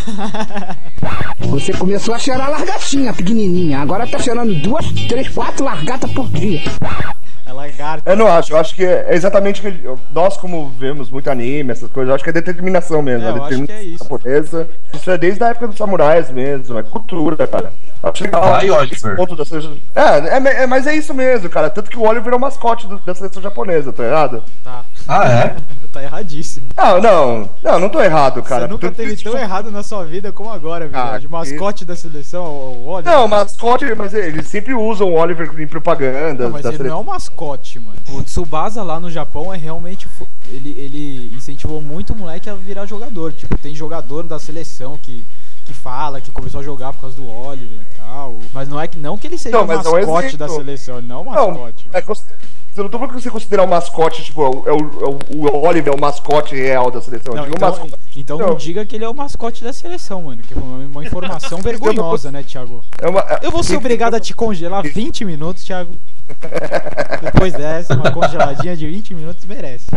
Você começou a cheirar largatinha, pequenininha. Agora tá cheirando duas, três, quatro largatas por dia. É lagarto. Eu não acho, eu acho que é exatamente o que eu- nós, como vemos muito anime, essas coisas, eu acho que é determinação mesmo. É, a eu acho que é determinação isso. japonesa. Isso é desde a época dos samurais mesmo, é cultura, cara. Acho legal. Vai, Oliver. esse ponto da seleção- é, é, me- é, mas é isso mesmo, cara. Tanto que o Oliver é o mascote do- da seleção japonesa, tá errado? Tá. Ah, é? Tá erradíssimo. Não, não, não, não tô errado, cara. Você nunca Tanto teve que- tão errado na sua vida como agora, Ah, verdade. que- mascote da seleção, o o Oliver. Não, mascote, mas eles sempre usam o Oliver em tá propaganda Não, mas da ele não é seleção. um mascote, mano. O Tsubasa lá no Japão é realmente. fo- Ele, ele incentivou muito o moleque a virar jogador. Tipo, tem jogador da seleção que, que fala, que começou a jogar por causa do Oliver e tal. Mas não é que não que ele seja Não, o mas é um mascote da exemplo. seleção, ele não é um mascote. é cons- eu não tô falando que você considerar o mascote, tipo, é o, é o- é o- o Oliver é o mascote real da seleção. Não, eu digo então, é um mascote. então não Não. diga que ele é o mascote da seleção, mano. Que é uma, uma informação vergonhosa, né, Thiago? É uma- é- Eu vou ser obrigado a te congelar 20 minutos, Thiago. Depois dessa, uma congeladinha de 20 minutos merece.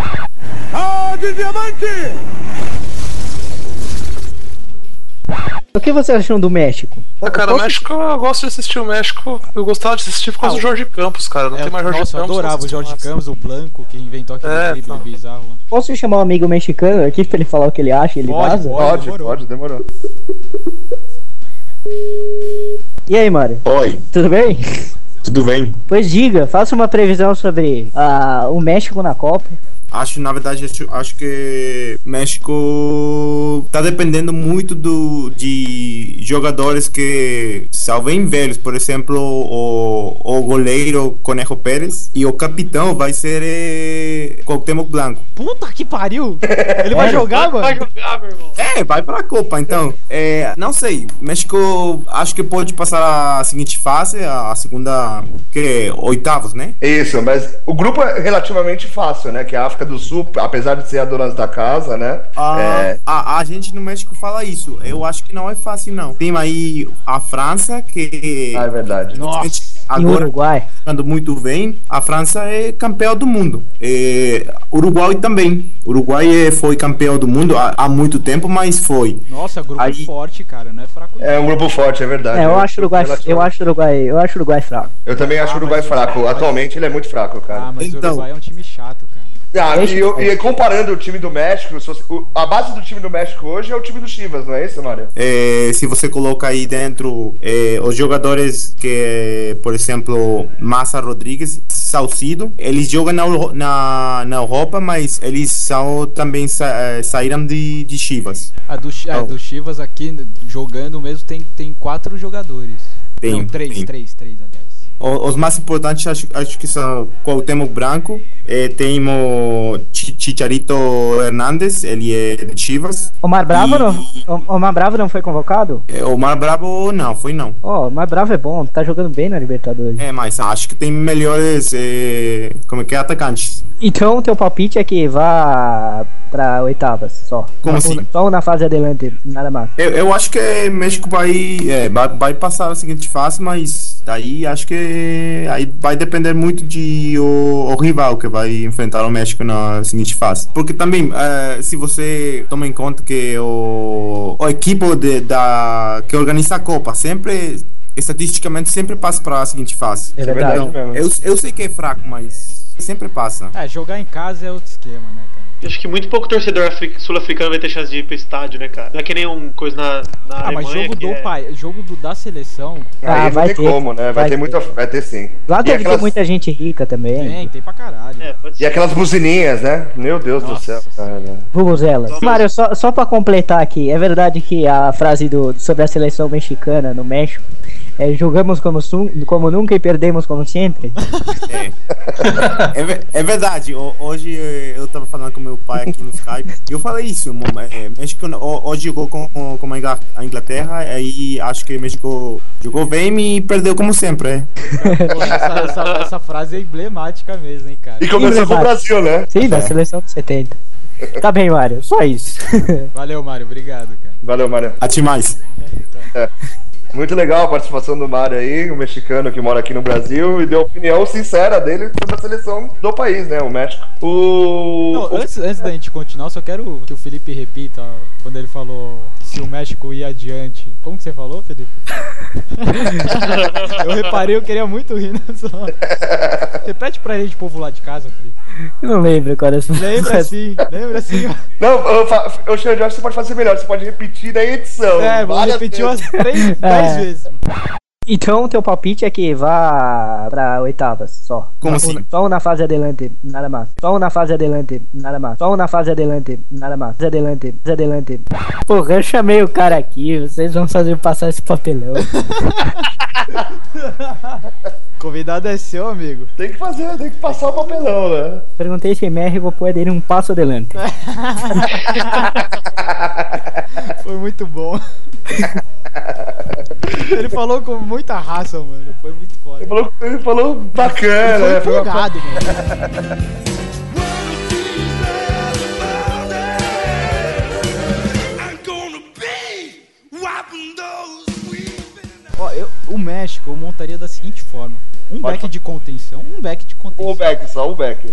O que vocês acham do México? Ah, cara, México, eu gosto de assistir o México. Eu gostava de assistir por causa do Jorge Campos, cara. Não É, tem mais Jorge nossa, eu Campos. é adorava o assisto Jorge mais. Campos, o Blanco, que inventou aquele É, drible tá. bizarro lá. Posso chamar um amigo mexicano aqui pra ele falar o que ele acha? Ele Pode, vaza? pode. Pode, demorou. pode, demorou. E aí, Mário? Oi, Tudo bem? tudo bem? Pois diga, faça uma previsão sobre ah, o México na Copa. Acho, na verdade, acho, acho que México tá dependendo muito do, de jogadores que são bem velhos. Por exemplo, o, o goleiro Conejo Pérez e o capitão vai ser é, Cuauhtémoc Blanco. Puta que pariu! Ele vai É, jogar, mano? Vai jogar, meu irmão. É, vai pra Copa, então. É, não sei, México acho que pode passar a seguinte fase, a segunda, que é oitavos, né? Isso, mas o grupo é relativamente fácil, né? Que a África do Sul, apesar de ser a dona da casa, né? Ah, é, a, a gente no México fala isso. Eu acho que não é fácil, não. Tem aí a França, que. Ah, é verdade. Nossa. E o Agora, tá Uruguai. jogando muito bem, a França é campeão do mundo. É, Uruguai também. Uruguai é- foi campeão do mundo há, há muito tempo, mas foi. Nossa, grupo Aí- forte, cara. Não é fraco. é um grupo forte, é verdade. É, eu acho o Uruguai, eu Relativamente- acho o Uruguai, eu acho o Uruguai fraco. Eu também acho o Uruguai fraco. Atualmente ele é muito fraco, cara. Ah, mas o Uruguai é um time chato, cara. Ah, Deixa e, eu- eu- e comparando o time do México, se você- o- a base do time do México hoje é o time do Chivas, não é isso, Mário? É, se você coloca aí dentro é, os jogadores que, por exemplo, Massa Rodrigues, Salcido, eles jogam na, Euro- na, na Europa, mas eles são, também sa, eh, saíram de, de Chivas. A do, Chi- a Não. do Chivas aqui, jogando mesmo, tem, tem quatro jogadores. Tem, Não, três, tem. três, três, aliás. O- Os mais importantes acho, acho que são Cuauhtémoc Branco, eh, temos Chi- Chicharito Hernández, ele é de Chivas. Omar Bravo não, O- Omar Bravo não foi convocado? Eh, Omar Bravo não, foi não. Ó, Omar Bravo é bom, tá jogando bem na Libertadores. É, mas acho que tem melhores, eh, como é que é, atacantes. Então, teu palpite é que vá pra oitavas só. Como Só- assim? Só na fase adiante, nada mais. Eu, eu acho que é México vai, eh, vai, vai passar a seguinte fase, mas daí acho que aí vai depender muito de o, o rival que vai enfrentar o México na seguinte fase. Porque também, eh, se você toma em conta que o, o equipe de- da, que organiza a Copa sempre, estatisticamente, sempre passa para a seguinte fase. É verdade. Então, eu, eu sei que é fraco, mas sempre passa. É, jogar em casa é outro esquema, né, cara? Acho que muito pouco torcedor afri- sul-africano vai ter chance de ir pro estádio, né, cara? Não é que nem um coisa na, na Ah, mas Alemanha. jogo que do é... pai, jogo do, da seleção. Aí não tem como, né? Vai, ter, muita. Vai ter sim. Lá E deve aquelas- ter muita gente rica também. Tem, tem pra caralho. É, pode E aquelas buzininhas, né? Meu Deus do céu, cara. Vuvuzela. Mário, só, só pra completar aqui, é verdade que a frase do, sobre a seleção mexicana no México é jogamos como, su- como nunca e perdemos como sempre? É, ve- é verdade, O- hoje eh, eu tava falando com meu pai aqui no Skype e eu falei isso, mo- eh, México no- ho- hoje jogou com, com com a Ingla- a Inglaterra aí acho que México jogou bem e perdeu como sempre. é. Pô, essa, essa- essa frase é emblemática mesmo, hein, cara. E começou com o Brasil, né? Sim, da seleção de 70. Tá bem, Mário, só isso. Valeu, Mário. Obrigado, cara. Valeu, Mário. Até mais. É. Muito legal a participação do Mário aí, um mexicano que mora aqui no Brasil, e deu a opinião sincera dele sobre a seleção do país, né? O México. O. Não, o- antes, antes da gente continuar, eu só quero que o Felipe repita quando ele falou se o México ia adiante. Como que você falou, Felipe? eu reparei, eu queria muito rir nessa hora. Repete pra gente, povo lá de casa, Felipe. Eu não lembro qual era essa Lembra frase. sim, lembra sim. Não, eu, fa- eu, Xande, eu acho que você pode fazer melhor, você pode repetir na edição. É, vou várias repetir umas vezes. três, dez É. vezes. Então, teu palpite é que vá pra oitavas só. Como só, assim? Só na fase adiante, nada mais. Só na fase adiante, nada mais. Só na fase adiante, nada mais. Adelante, adelante. Porra, eu chamei o cara aqui, vocês vão fazer eu passar esse papelão. Convidado é seu, amigo. Tem que fazer, tem que passar o papelão, né? Perguntei se México pode ir um passo adelante. Foi muito bom. Ele falou com muita raça, mano. Foi muito foda. Ele falou, ele falou bacana, Foi né? Foi uma coisa- empolgado, mano. Ó, eu, o México eu montaria da seguinte forma: um Pode back falar. de contenção, um back de Um contenção, back só, um back.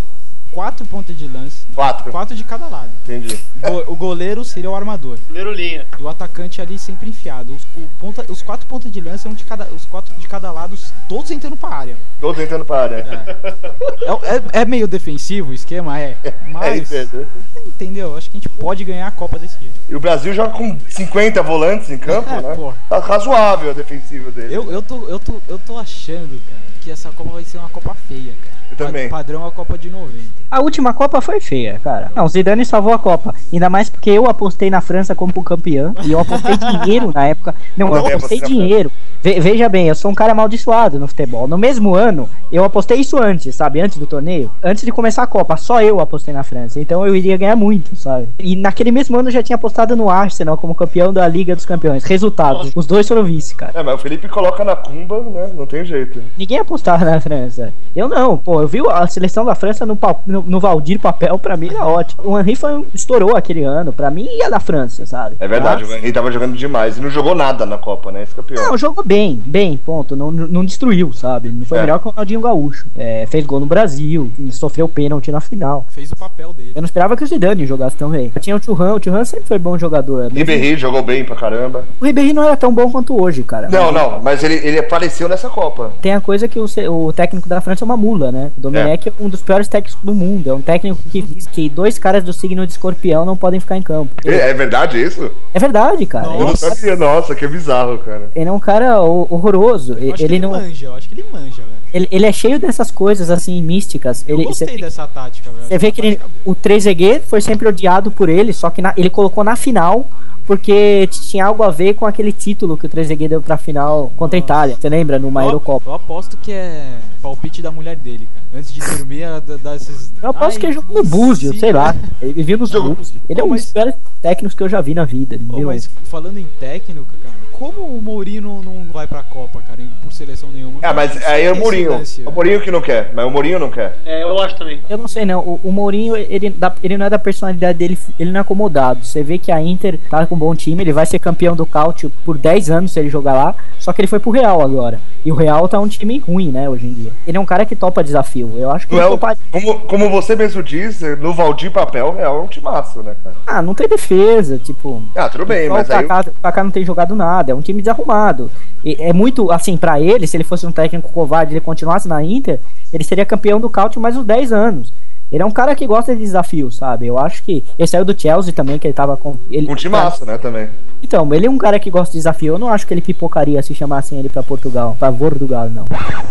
quatro pontas de lance, Quatro, quatro de cada lado. entendi. Go- O goleiro seria o armador. Primeiro linha. E o atacante ali sempre enfiado. Os, o ponta- os quatro pontas de lança, um de cada, os quatro de cada lado, todos entrando pra área. Todos entrando pra área. É, é- é meio defensivo o esquema, é. É Mas, isso, Pedro. entendeu? Acho que a gente pode ganhar a Copa desse jeito. E o Brasil joga com 50 volantes em campo, É, né? pô. Tá razoável a defensiva dele. Eu, eu, tô, eu, tô, eu tô achando, cara, que essa Copa vai ser uma Copa feia, cara. Eu também. Padrão a Copa de 90. A última Copa foi feia, cara. Não, o Zidane salvou a Copa. Ainda mais porque eu apostei na França como campeã. E eu apostei dinheiro na época. Não, Não eu deu pra apostei ser dinheiro. Ve- veja bem, eu sou um cara amaldiçoado no futebol. No mesmo ano, eu apostei isso antes, sabe? Antes do torneio. Antes de começar a Copa, só eu apostei na França. Então eu iria ganhar muito, sabe? E naquele mesmo ano eu já tinha apostado no Arsenal como campeão da Liga dos Campeões. Resultados: os dois foram vice, cara. É, mas o Felipe coloca na cumba, né? Não tem jeito. Ninguém apostava na França. Eu não, pô. Eu vi a seleção da França no, pau- no, no Valdir Papel, pra mim era ótimo. O Henry foi, um- estourou aquele ano. Pra mim ia da França, sabe? É verdade, Mas- o Henry tava jogando demais. E não jogou nada na Copa, né? Esse campeão. Não, jogou bem, bem, ponto. Não, não destruiu, sabe? Não foi É. melhor que o Ronaldinho Gaúcho. É, fez gol no Brasil, sofreu pênalti na final. Fez o papel dele. Eu não esperava que o Zidane jogasse tão bem. Tinha o Thuram, o Thuram sempre foi bom jogador. mas- Ribéry jogou bem pra caramba. O Ribéry não era tão bom quanto hoje, cara. Não, Mas não, mas ele, ele apareceu nessa Copa. Tem a coisa que o, ce- o técnico da França é uma mula, né? O Domenech é. um dos piores técnicos do mundo. É um técnico que diz que dois caras do signo de escorpião não podem ficar em campo. É, é verdade isso? É verdade, cara. Eu não Ele, sabia, nossa, que bizarro, cara. ele é um cara ho- horroroso. Eu Ele, acho que ele não. manja, eu acho que ele manja, velho. Ele, ele é cheio dessas coisas assim místicas. Eu Ele, gostei cê- dessa tática, velho. Você vê que ele- o Trezeguet foi sempre odiado por ele, só que na- ele colocou na final porque t- tinha algo a ver com aquele título que o Trezeguet deu pra final contra a Itália. Você lembra? Numa Eurocopa. Eu aposto que é palpite da mulher dele, cara. Antes de dormir, ela dá dá esses. Eu aposto Ai, que é ele jogou no Búzio, sim. sei lá. Ele vivia nos Búzios. Ele é um dos piores técnicos que eu já vi na vida. ele Ô, viu? mas falando em técnico, cara, como o Mourinho não, não vai pra Copa, cara, por seleção nenhuma? Ah, mas aí é o Esse Mourinho. lance, É o velho. Mourinho que não quer, mas o Mourinho não quer. É, eu acho também. Eu não sei não, o, o Mourinho, ele, dá- ele não é da personalidade dele, ele não é acomodado. Você vê que a Inter tá com um bom time, ele vai ser campeão do Cautio por 10 anos se ele jogar lá, só que ele foi pro Real agora. E o Real tá um time ruim, né, hoje em dia. Ele é um cara que topa desafio, eu acho que Não ele é o- topa... como, como você mesmo disse, no Valdir Papel, o Real é um timaço, né, cara? Ah, não tem defesa, tipo... Ah, tudo bem, Só mas o aí. Kaká, o Kaká não tem jogado nada, é um time desarrumado. E é muito, assim, pra ele, se ele fosse um técnico covarde e ele continuasse na Inter, ele seria campeão do Cautio mais uns 10 anos. Ele é um cara que gosta de desafio, sabe? Eu acho que. Ele saiu do Chelsea também, que ele tava com. Ele, Um timaço, né, também. Então, ele é um cara que gosta de desafio. Eu não acho que ele pipocaria se chamassem ele pra Portugal, pra Portugal, não.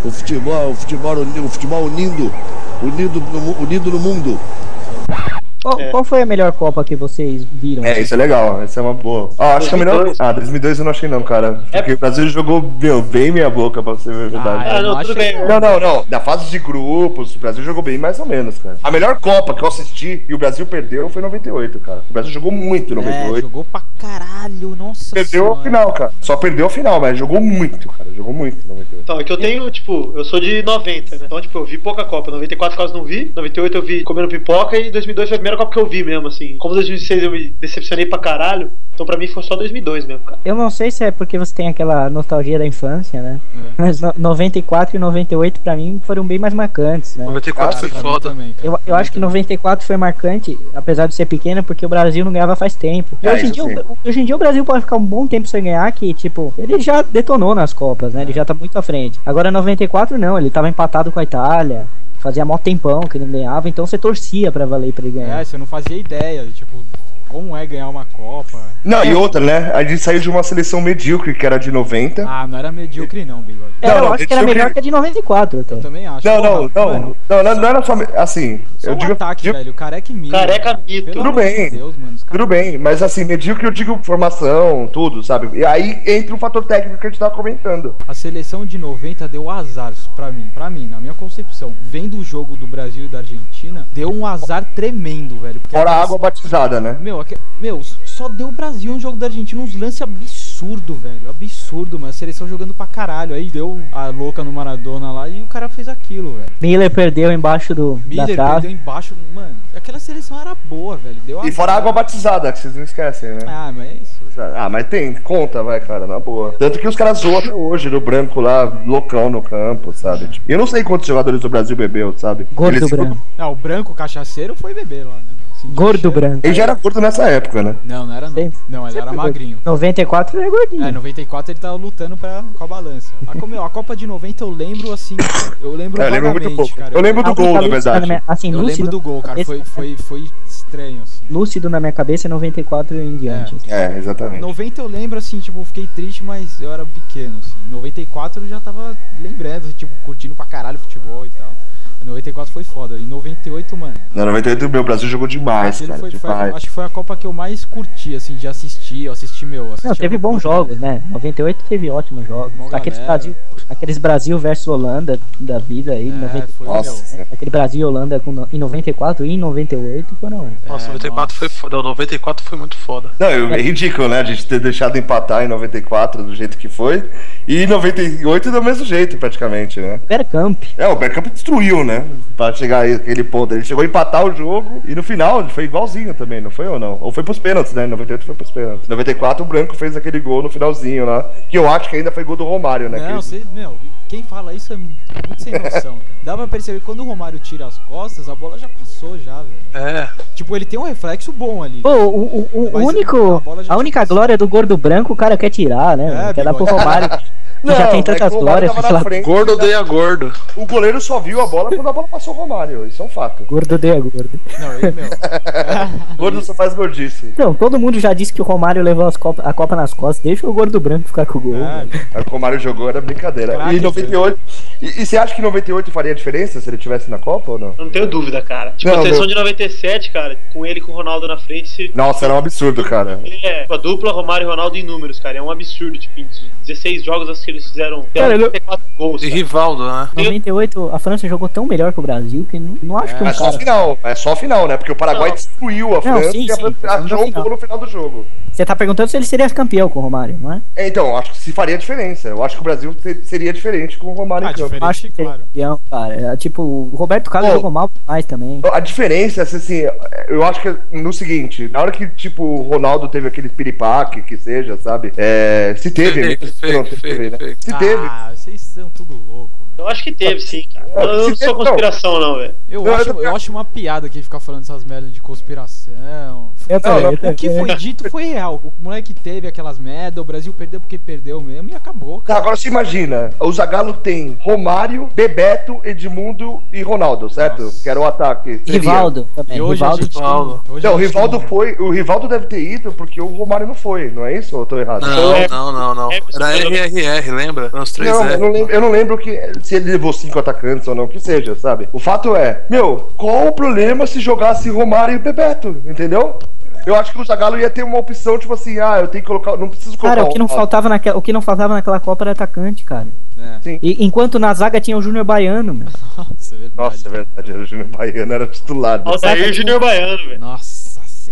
O futebol, o futebol, uni- o futebol unindo, unido no, mu- unido no mundo. Qual, qual foi a melhor Copa que vocês viram? É, isso é legal, isso é uma boa. Ó, acho que é melhor. 2002. Ah, 2002 eu não achei, não, cara. É Porque o Brasil jogou, meu, bem meia boca, pra você ver a verdade. Ah, não, tudo bem. É, Não, não, não. Da fase de grupos, o Brasil jogou bem mais ou menos, cara. A melhor Copa que eu assisti e o Brasil perdeu foi 98, cara. O Brasil jogou muito em 98. É, jogou é. pra caralho, nossa Perdeu o senhora. final, cara. Só perdeu o final, mas jogou muito, cara. Jogou muito em 98. Então, é que eu tenho, tipo, eu sou de 90, né? Então, tipo, eu vi pouca Copa. 94 quase não vi. 98 eu vi comendo pipoca. E 2002 foi a primeira Copa que eu vi mesmo, assim. Como 2006 eu me decepcionei pra caralho. Então, pra mim, foi só 2002 mesmo, cara. Eu não sei se é porque você tem aquela nostalgia da infância, né? Mas no- 94 e 98 pra mim foram bem mais marcantes, né? 94 foi foda. Eu, eu acho que 94 foi marcante, apesar de ser pequena, porque o Brasil não ganhava faz tempo. E É, hoje, em isso dia, sim. o- hoje em dia o Brasil pode ficar um bom tempo sem ganhar, que tipo, ele já detonou nas Copas, né? Ele já tá muito à frente. Agora 94 não, ele tava empatado com a Itália, fazia mó tempão que ele não ganhava, então você torcia pra valer pra ele ganhar. É, você não fazia ideia, tipo, como é ganhar uma Copa. Não, e outra, né? A gente saiu de uma seleção medíocre, que era de 90. Ah, não era medíocre não, bigode. É, eu acho que era medíocre- melhor que a de 94 até. Eu também acho. Não, não, não, não, não, não, era só. Assim, Só eu um digo. ataque, digo- velho. é Careca e mito. Careca mito. Tudo bem. tudo bem, mas assim, medíocre eu digo formação, tudo, sabe? E aí entra o fator técnico que a gente tava comentando. A seleção de 90 deu azar pra mim, pra mim, na minha concepção. Vendo o jogo do Brasil e da Argentina, deu um azar tremendo, velho. porque Fora a aqueles- água batizada, né? Meu, aque- meu, só deu o Brasil no jogo da Argentina uns lances absurdo, velho. Absurdo, mano. A seleção jogando pra caralho. Aí deu a louca no Maradona lá e o cara fez aquilo, velho. Miller perdeu embaixo do, da Miller trave. perdeu embaixo. Mano, aquela seleção era boa, velho. Deu E azar. fora a água batizada, que vocês não esquecem, né? Ah, mas é isso. Ah, mas tem, conta, vai, cara, na boa. Tanto que os caras zoam até hoje do branco lá, loucão no campo, sabe? Tipo, eu não sei quantos jogadores do Brasil bebeu, sabe? Gordo Eles- branco. Não, Ah, o branco cachaceiro foi beber lá, né? Gordo branco. Ele já era gordo nessa época, né? Não, não era não. não, ele era Sempre magrinho. 94 ele é gordinho. É, 94 ele tava lutando pra, com a balança. Mas como eu- a Copa de 90 eu lembro assim. Eu lembro É, eu lembro muito vagamente, pouco. tá cara. assim, né? Eu lembro do gol, na verdade. eu lembro do gol, cara. Foi, foi, foi estranho, assim. Lúcido na minha cabeça é 94 em diante. É, exatamente. 90 eu lembro, assim, tipo, fiquei triste, mas eu era pequeno, assim. 94 eu já tava lembrando, tipo, curtindo pra caralho futebol e tal. 94 foi foda. Em 98, mano. Na 98 meu, o Brasil jogou demais, aquele cara. foi- foi- demais. acho que foi a Copa que eu mais curti, assim, de assistir. Eu assisti, meu. Assisti Não, teve bons jogos, né? 98 teve ótimos jogos. Bom, Aqueles galera. É. Brasil, aqueles Brasil versus Holanda da vida aí, em 94. foi Nossa. né? Aquele Brasil e Holanda com no- em 94 e em 98 foram. Nossa, 94 foi foda. Não, 94 foi muito foda. Não, eu- é ridículo, né? A gente ter deixado empatar em 94 do jeito que foi. E em 98 do mesmo jeito, praticamente, né? Bergkamp. É, o Bergkamp destruiu, né? Pra chegar aí aquele ponto. Ele chegou a empatar o jogo e no final foi igualzinho também, não foi ou não? Ou foi pros pênaltis, né? Em 98 foi pros pênaltis. Em 94 o Branco fez aquele gol no finalzinho lá. Que eu acho que ainda foi gol do Romário, né? Não, Aquele- você, meu, quem fala isso é muito sem noção, cara. Dá pra perceber que quando o Romário tira as costas, a bola já passou já, velho. É. Tipo, ele tem um reflexo bom ali. Pô, o, o, o Mas único. bola já A única glória do gordo branco o cara quer tirar, né? quer dar pro Romário. que já tem é tantas que o Romário glórias. tava na sei lá. frente. Gordo odeia gordo. O goleiro só viu a bola quando a bola passou o Romário. Isso é um fato. Gordo de gordo. Não, ele meu. Gordo só faz gordice. Não, Então, todo mundo já disse que o Romário levou as Copa- a Copa nas costas. Deixa o gordo branco ficar com o gol. É, velho. Aí o Romário jogou, era brincadeira. Craque, E 98. E, e você acha que 98 faria diferença se ele tivesse na Copa ou não? Não tenho dúvida, cara. Tipo, a seleção de 97, cara, com ele e com o Ronaldo na frente, se. Nossa, era um absurdo, cara. É, a dupla Romário e Ronaldo em números, cara. É um absurdo, tipo, em 16 jogos acho que eles fizeram Cara, ele- 34 gols. E cara. Rivaldo, né? 98, a França jogou tão melhor que o Brasil que não, não acho que um Mas só cara. final, é só final, né? Porque o Paraguai Não. destruiu a Não, França sim, e a sim, França tô achou um falando gol no final do jogo. Você tá perguntando se ele seria campeão com o Romário, não é? É, então, acho que se faria diferença. Eu acho que o Brasil ter- seria diferente com o Romário Ah, em campo. acho que seria campeão, cara. É, Tipo, o Roberto Carlos Pô. jogou mal demais também. A diferença, assim, assim, eu acho que é no seguinte, na hora que, tipo, o Ronaldo teve aquele piripaque, que seja, sabe? É, se teve, Fake, mesmo, se não fake, fake, teve, né? fake. Se teve. Ah, vocês são tudo louco, velho. Eu acho que Tá, teve, sim, cara. Eu não sou conspiração, não, velho. Eu, Não, acho, eu tô- eu acho uma piada quem ficar falando essas merdas de conspiração. Eu também, eu o também. que foi dito foi real. O moleque teve aquelas merdas, o Brasil perdeu porque perdeu mesmo e acabou, Tá, cara. agora você imagina, o Zagallo tem Romário, Bebeto, Edmundo e Ronaldo, certo? Que era o ataque. Seria. Rivaldo também. É, E hoje a gente tem- Rivaldo. hoje a Não, o gente Rivaldo foi. O Rivaldo deve ter ido porque o Romário não foi, não é isso? Ou eu tô errado? Então, Não, não, não, não. Era RRR, lembra? Eram os três é. Não, eu R. não, lembro, eu não lembro que, se ele levou cinco atacantes ou não, que seja, sabe? O fato é, meu, qual o problema se jogasse Romário e Bebeto, entendeu? Eu acho que o Zagallo ia ter uma opção, tipo assim, ah, eu tenho que colocar. Não preciso colocar. um Cara, o que, não Ronaldo. faltava naquela, o que não faltava naquela Copa era atacante, cara. Sim. E, enquanto na zaga tinha o Júnior Baiano, meu. Nossa, é verdade. Nossa, é verdade. O Júnior Baiano era titular. né? Aldair e Junior Baiano, velho. Nossa.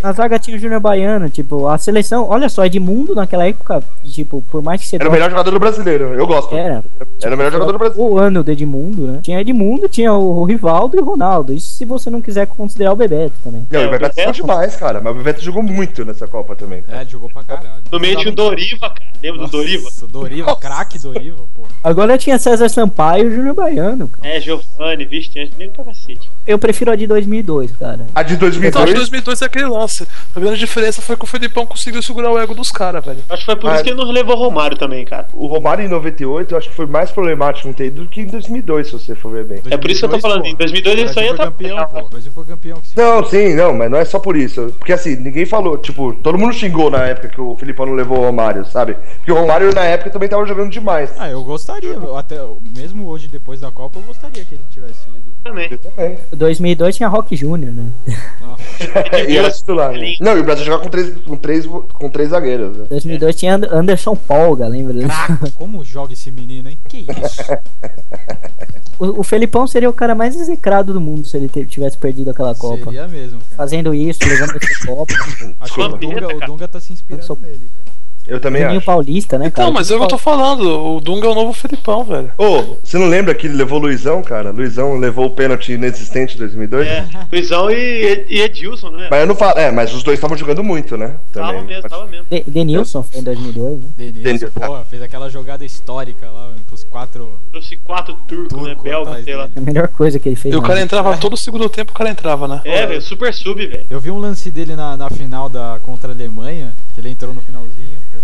Na zaga tinha o Júnior Baiano, tipo, a seleção, olha só, Edmundo naquela época, tipo, por mais que você Era o melhor jogador do brasileiro, eu gosto. Era. Era o melhor jogador do Brasil. O ano do Edmundo, né? Tinha Edmundo, tinha o Rivaldo e o Ronaldo. Isso se você não quiser considerar o Bebeto também. É, Não, o Bebeto jogou demais, cara. Mas o Bebeto jogou muito nessa Copa também. É, jogou pra caralho. No meio tinha o Doriva, cara. Lembra do Doriva? Doriva, craque Doriva, pô. Agora tinha César Sampaio e o Júnior Baiano. cara. É, Giovanni, Vistiante, nem pra cacete. Eu prefiro a de 2002, cara. A de Então, acho que 2002 é aquele lance. A grande diferença foi que o Felipão conseguiu segurar o ego dos caras, velho. Acho que foi por Ah, isso que ele não levou o Romário também, cara. O Romário em 98 eu acho que foi mais problemático um não ter ido do que em 2002, se você for ver bem. É por isso que eu tô falando, em 2002 ele só ia tá estar. O Brasil foi campeão. Não, sim, não, mas não é só por isso. Porque assim, ninguém falou, tipo, todo mundo xingou na época que o Filipão não levou o Romário, sabe? Porque o Romário na época também tava jogando demais. Ah, eu gostaria, eu até mesmo hoje depois da Copa, eu gostaria que ele tivesse ido. Também. 2002 tinha Rock Júnior, né? É, e era titular. né? Não, e o Brasil jogava com três, com três, com três zagueiros. Né? 2002 tinha And- Anderson Polga, lembra? Caraca, como joga esse menino, hein? Que isso? O, o Felipão seria o cara mais execrado do mundo se ele te- tivesse perdido aquela Copa. Seria mesmo, cara. Fazendo isso, levando essa Copa. Acho que o Dunga, o Dunga tá se inspirando nele, cara. Eu também Juninho acho. Paulista, né, cara? Não, mas é o que eu tô falando. O Dunga é o novo Felipão, velho. Ô, você não lembra que ele levou o Luizão, cara? Luizão levou o pênalti inexistente em 2002? É, Luizão e, e Edilson, né? Mas eu não falo, é, mas os dois estavam jogando muito, né? Também. Tava mesmo, tava mesmo. De- Denilson foi em 2002, né? Denilson, Denilson. porra, fez aquela jogada histórica lá, com os quatro... Trouxe quatro turcos, né? Belga, atrás sei lá. A melhor coisa que ele fez. E o na cara vida. entrava todo segundo tempo, o cara entrava, né? É, velho, super sub, velho. Eu vi um lance dele na, na final da contra a Alemanha, que ele entrou no finalzinho também.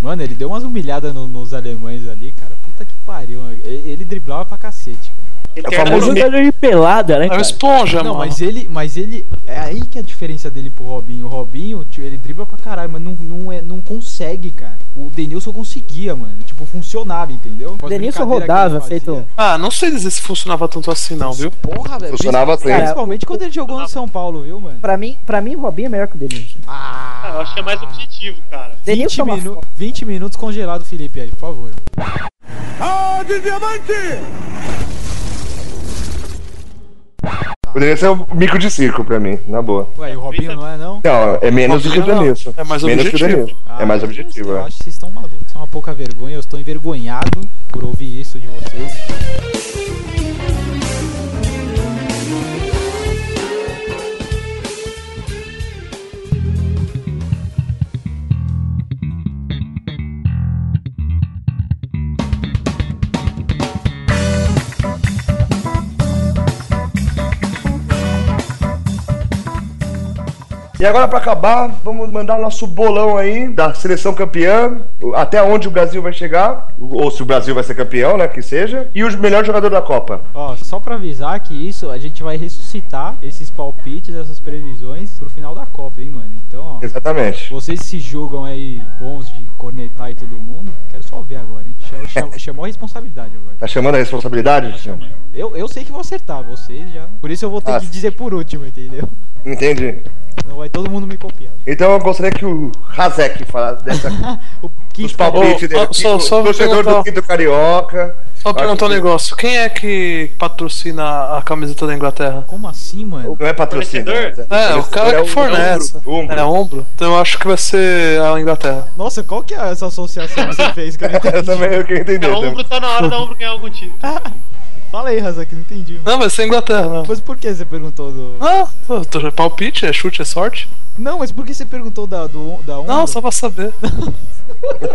Mano, ele deu umas humilhadas no- nos alemães ali, cara. Puta que pariu. Ele, ele driblava pra cacete, cara. É o famoso jogador de pelada, né? É cara? o esponja, Não, mano. mas ele, mas ele. É aí que é a diferença dele pro Robinho. O Robinho, tipo, ele dribla pra caralho, mas não, não, é, não consegue, cara. O Denilson conseguia, mano. Tipo, funcionava, entendeu? Com as brincadeiras Denilson que ele rodava, fazia. feito. Ah, não sei dizer se funcionava tanto assim, não, viu? Porra, velho. Funcionava Princi- assim. Principalmente quando ele jogou no São Paulo, viu, mano? Pra mim, pra mim, o Robinho é melhor que o Denilson. é Ah, eu acho que é mais objetivo, cara. 20, minu- 20 minutos congelado, Felipe, aí, por favor. Ah, de diamante! Poderia ser um mico de circo pra mim, na boa. Ué, e o Robinho não é, não? Não, é menos do que o Robinho não. Denilson. É mais menos que o objetivo. Denilson. é mais objetivo, Ah, Eu é. acho que vocês estão malucos. Isso é uma pouca vergonha. Eu estou envergonhado por ouvir isso de vocês. E agora, pra acabar, vamos mandar o nosso bolão aí da seleção campeã, até onde o Brasil vai chegar, ou se o Brasil vai ser campeão, né, que seja, e o melhor jogador da Copa. Ó, só pra avisar que isso, a gente vai ressuscitar esses palpites, essas previsões pro final da Copa, hein, mano? Então, ó. Exatamente. Vocês se julgam aí bons de cornetar e todo mundo. Quero só ver agora, hein? Cha- cha- Chamou a responsabilidade agora. Tá chamando a responsabilidade? Alexandre? Eu, eu sei que vou acertar, vocês já. Por isso eu vou ter Ah, que dizer por último, entendeu? Entendi. Não vai todo mundo me copiar. Então eu gostaria que o Hazek falasse dessa, dos palpites dele. Ó, só- só torcedor do perguntar- Quinto Carioca. Só Acho perguntar um que- negócio: quem é que patrocina a camiseta da Inglaterra? Como assim, mano? Não é patrocínio. É, o cara É que fornece. ombro, ombro. É ombro. Então eu acho que vai ser a Inglaterra. Nossa, qual que é essa associação que você fez? Que eu não entendi. Eu também eu queria entender. A também. Ombro tá na hora da Ombro ganhar algum título. Fala aí, Razak, não entendi. Mano. Não, vai ser a Inglaterra, não. Mas por que você perguntou do. Ah, tô- tô- é palpite, é chute, é sorte? Não, mas por que você perguntou da, do, da onda? Não, só pra saber.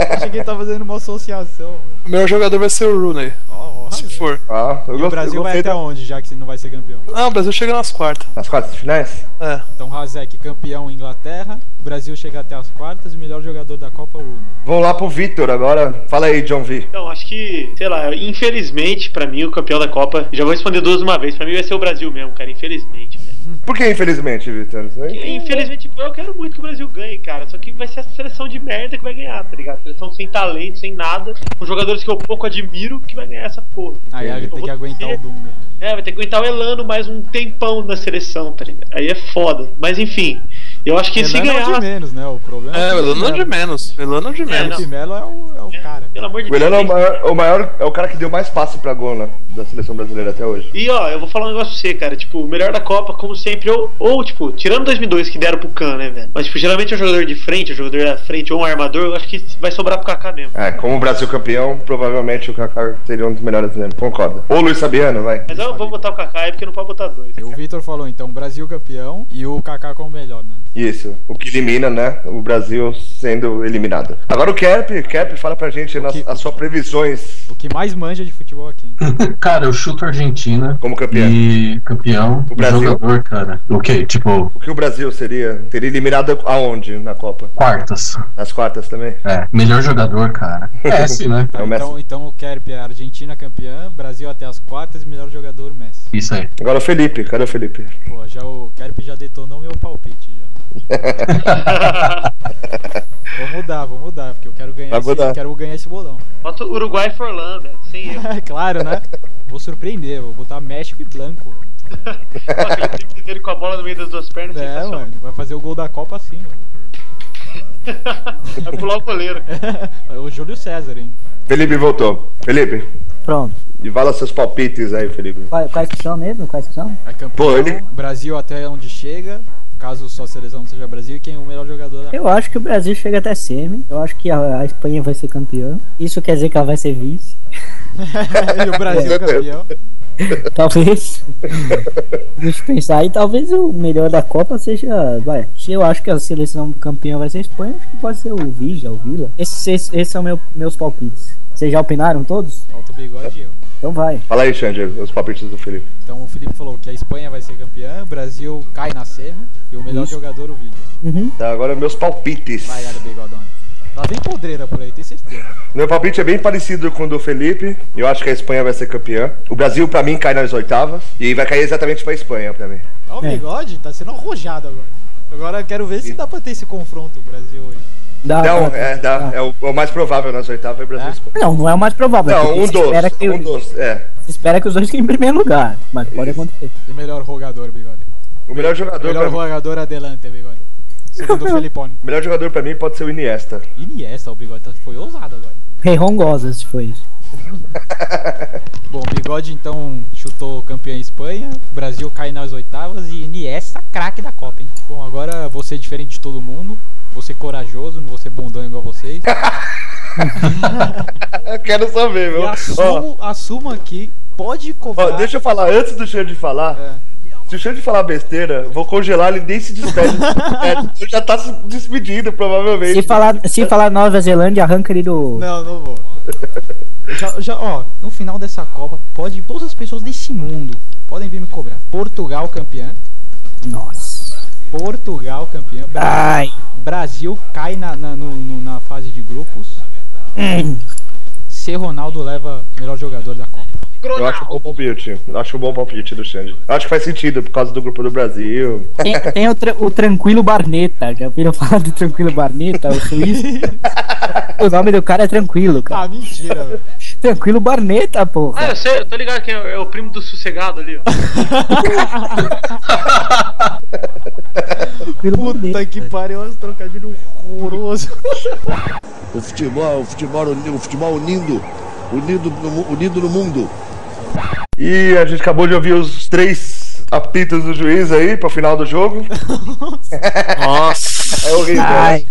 Achei que ele tá fazendo uma associação, mano. O melhor jogador vai ser o Rooney, Ó, ó, se Hazak. for. Ah, eu E gostei- o Brasil eu vai gostei até da- onde, já que você não vai ser campeão? Ah, o Brasil chega nas quartas. Nas quartas de finais? É. Então, Razek, campeão Inglaterra. O Brasil chega até as quartas e o melhor jogador da Copa, Rooney. Vamos lá pro Vitor agora. Fala aí, John V. Então, acho que, sei lá, infelizmente, pra mim, o campeão da Copa, já vou responder duas de uma vez, pra mim vai ser o Brasil mesmo, cara, infelizmente. velho. Por que, infelizmente, Vitor? né? Infelizmente, eu quero muito que o Brasil ganhe, cara, só que vai ser a seleção de merda que vai ganhar, tá ligado? Seleção sem talento, sem nada, com jogadores que eu pouco admiro, que vai ganhar essa porra. Aí a gente tem que aguentar o Dunga. né? É, vai ter que aguentar o Elano mais um tempão na seleção, tá ligado? Aí é foda. Mas enfim, eu acho que se Elano é o ganhar. de menos, né? O problema É, o Elano é de menos. O Elano é de É, menos. não. O Melo é o, é o cara. Pelo amor de O Deus. Heleno é o maior, o maior- é o cara que deu mais passe pra gol né, da seleção brasileira até hoje. E ó, eu vou falar um negócio pra você, cara. Tipo, o melhor da Copa, como sempre, ou, ou tipo, tirando 2002 que deram pro Can, né, velho? Mas, tipo, geralmente é um jogador de frente, um jogador da frente ou um armador, eu acho que vai sobrar pro Kaká mesmo. É, como o Brasil campeão, provavelmente o Kaká seria um dos melhores mesmo. Concordo. Ou o Luiz Sabiano, vai. Mas eu vou botar o Kaká aí porque não pode botar dois. O Vitor falou, então, Brasil campeão e o Kaká como melhor, né? Isso. O que elimina, né? O Brasil sendo eliminado. Agora o Kerp, Kerp, fala pra gente nas- as suas previsões O que mais manja de futebol aqui. É hein? Cara, eu chuto a Argentina como campeão. e campeão, O Brasil. jogador, cara. O quê? Tipo, O que o Brasil seria? Teria eliminado aonde na Copa? quartas. Nas quartas também? É, melhor jogador, cara. Messi, né? É o Messi. Então, então o Kerp é Argentina campeã, Brasil até as quartas e melhor jogador Messi. Isso aí. Agora o Felipe, cadê o Felipe? Pô, já o Kerp já detonou meu palpite já. vou mudar, vou mudar, porque eu quero ganhar, Vai esse, mudar. quero ganhar esse bolão. Bota o Uruguai e Forlan, velho. Sem erro. É claro, né? Vou surpreender, vou botar México e Blanco. velho. Pô, aquele drible dele com a bola no meio das duas pernas, É, sensacional. mano, vai fazer o gol da Copa assim, mano. Vai É, pular o goleiro. É o Júlio César, hein? Felipe voltou. Felipe, Pronto. e fala seus palpites aí, Felipe. Quais, quais que são mesmo? Quais que são? É campeão, Pô, ele- Brasil até onde chega, caso sua seleção não seja Brasil, e quem é o melhor jogador da Eu acho que o Brasil chega até semi. Eu acho que a, a Espanha vai ser campeã. Isso quer dizer que ela vai ser vice. e o Brasil campeão. Talvez. Deixa eu pensar. E talvez o melhor da Copa seja. Vai. Se eu acho que a seleção campeã vai ser a Espanha, acho que pode ser o Vija, o Vila. Esses, esses, esses são meu, meus palpites. Vocês já opinaram todos? Falta o bigode e eu. Então vai. Fala aí, Xander, os palpites do Felipe. Então o Felipe falou que a Espanha vai ser campeã, o Brasil cai na semi e o melhor Isso. jogador o vídeo. Uhum. Tá, agora meus palpites. Vai, olha, bigodona. Tá bem podreira por aí, tem certeza. Meu palpite é bem parecido com o do Felipe. Eu acho que a Espanha vai ser campeã. O Brasil, pra mim, cai nas oitavas. E vai cair exatamente pra Espanha, pra mim. Tá o bigode? Tá sendo arrojado agora. Agora eu quero ver se dá pra ter esse confronto Brasil hoje. não, é, dá. É o, é o mais provável nas oitavas é o Brasil e Espanha. Não, não Ah, tá. é o mais provável. Não, porque um se dos. espera que- Um dos, é. se espera que os dois fiquem em primeiro lugar, mas pode acontecer. E melhor jogador, bigode. O melhor jogador Melhor pra mim. jogador adelante, bigode. Segundo o Felipone. O melhor jogador pra mim pode ser o Iniesta. Iniesta, o bigode tá- foi ousado agora. Rei Rongosa, se foi isso. Bom, bigode então chutou campeã Espanha, Brasil cai nas oitavas e Iniesta craque da Copa, hein? Bom, agora você diferente de todo mundo, você corajoso, não você bundão igual vocês. Eu quero saber, E meu. assumo, assumo aqui, pode Ó, cobrar. É. deixa eu falar, antes do Xande falar. Se o Xande falar besteira, eu vou congelar, ele nem se despede. É, ele já tá se despedindo, provavelmente. Se falar, se falar Nova Zelândia, arranca ele do. Não, não vou. Já, já, ó, no final dessa Copa, pode todas as pessoas desse mundo podem vir me cobrar. Portugal campeã. Nossa. Portugal campeã. Bra- Ai. Brasil cai na, na, no- no- na fase de grupos. Se Ronaldo leva melhor jogador da Copa. Eu acho um bom palpite. Eu acho um bom palpite do Xande. Eu Acho que faz sentido por causa do grupo do Brasil. Tem, tem o, tra- o Tranquilo Barneta. Já ouviram falar do Tranquilo Barneta, o suíço? o nome do cara é Tranquilo, cara. Ah, mentira, velho. Tranquilo Barneta, porra. Ah, eu sei, eu tô ligado que é, é o primo do sossegado ali, ó. Puta que pariu, olha esse trocadilho horroroso. O futebol, o futebol, uni- o futebol unindo, unido no, mu- unido no mundo. E a gente acabou de ouvir os três apitos do juiz aí pro final do jogo. Nossa! É horrível. Ai.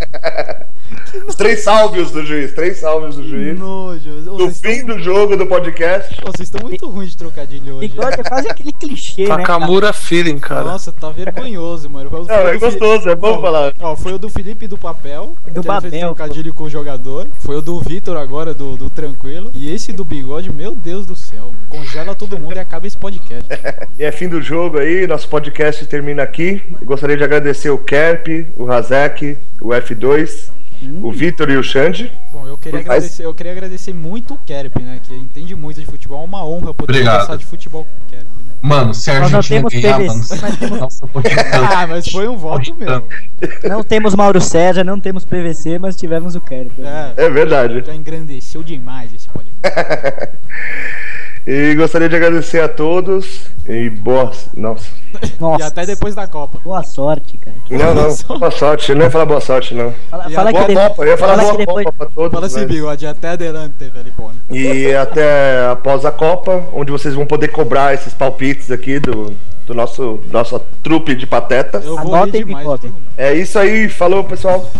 Os três salves do juiz, três salves do juiz. Nojo. No fim do jogo do podcast. Vocês estão muito ruins de trocadilho hoje. né? Bigode é quase aquele clichê, né? Takamura feeling, cara. Nossa, tá vergonhoso, mano. Foi o- Não, foi é o do Fi- gostoso, é bom Ó, falar. Ó, foi o do Felipe do Papel. Do que ele Babel, Fez trocadilho com o jogador. Foi o do Vitor agora, do, do Tranquilo. E esse do Bigode, meu Deus do céu. mano. Congela todo mundo e acaba esse podcast. E é fim do jogo aí, nosso podcast termina aqui. Eu gostaria de agradecer o Kerp, o Razek, o F2, o Vitor e o Xande. Bom, eu queria, Mas- agradecer, eu queria agradecer muito o Kerp, né? Que entende muito de futebol. É uma honra poder Obrigado. conversar de futebol com o Kerp. Né? Mano, se a Nós não Argentina temos ganhar, PVC, mano. mas temos- Nossa, foi Ah, mas foi um voto meu. Não temos Mauro César, não temos PVC, mas tivemos o Kerry. É verdade. Já engrandeceu demais esse podcast. E gostaria de agradecer a todos. E boa. Nossa. Nossa. E até depois da Copa. Boa sorte, cara. Não, não. Boa sorte. Eu não ia falar boa sorte, não. Fala, fala boa que de- Copa. Eu ia falar fala boa que Copa pra todos. né? Fala assim, mas- Bigode, até adelante, Felipone. E até após a Copa, onde vocês vão poder cobrar esses palpites aqui do, do nosso nossa trupe de patetas. Eu vou rir demais. É isso aí. Falou, pessoal.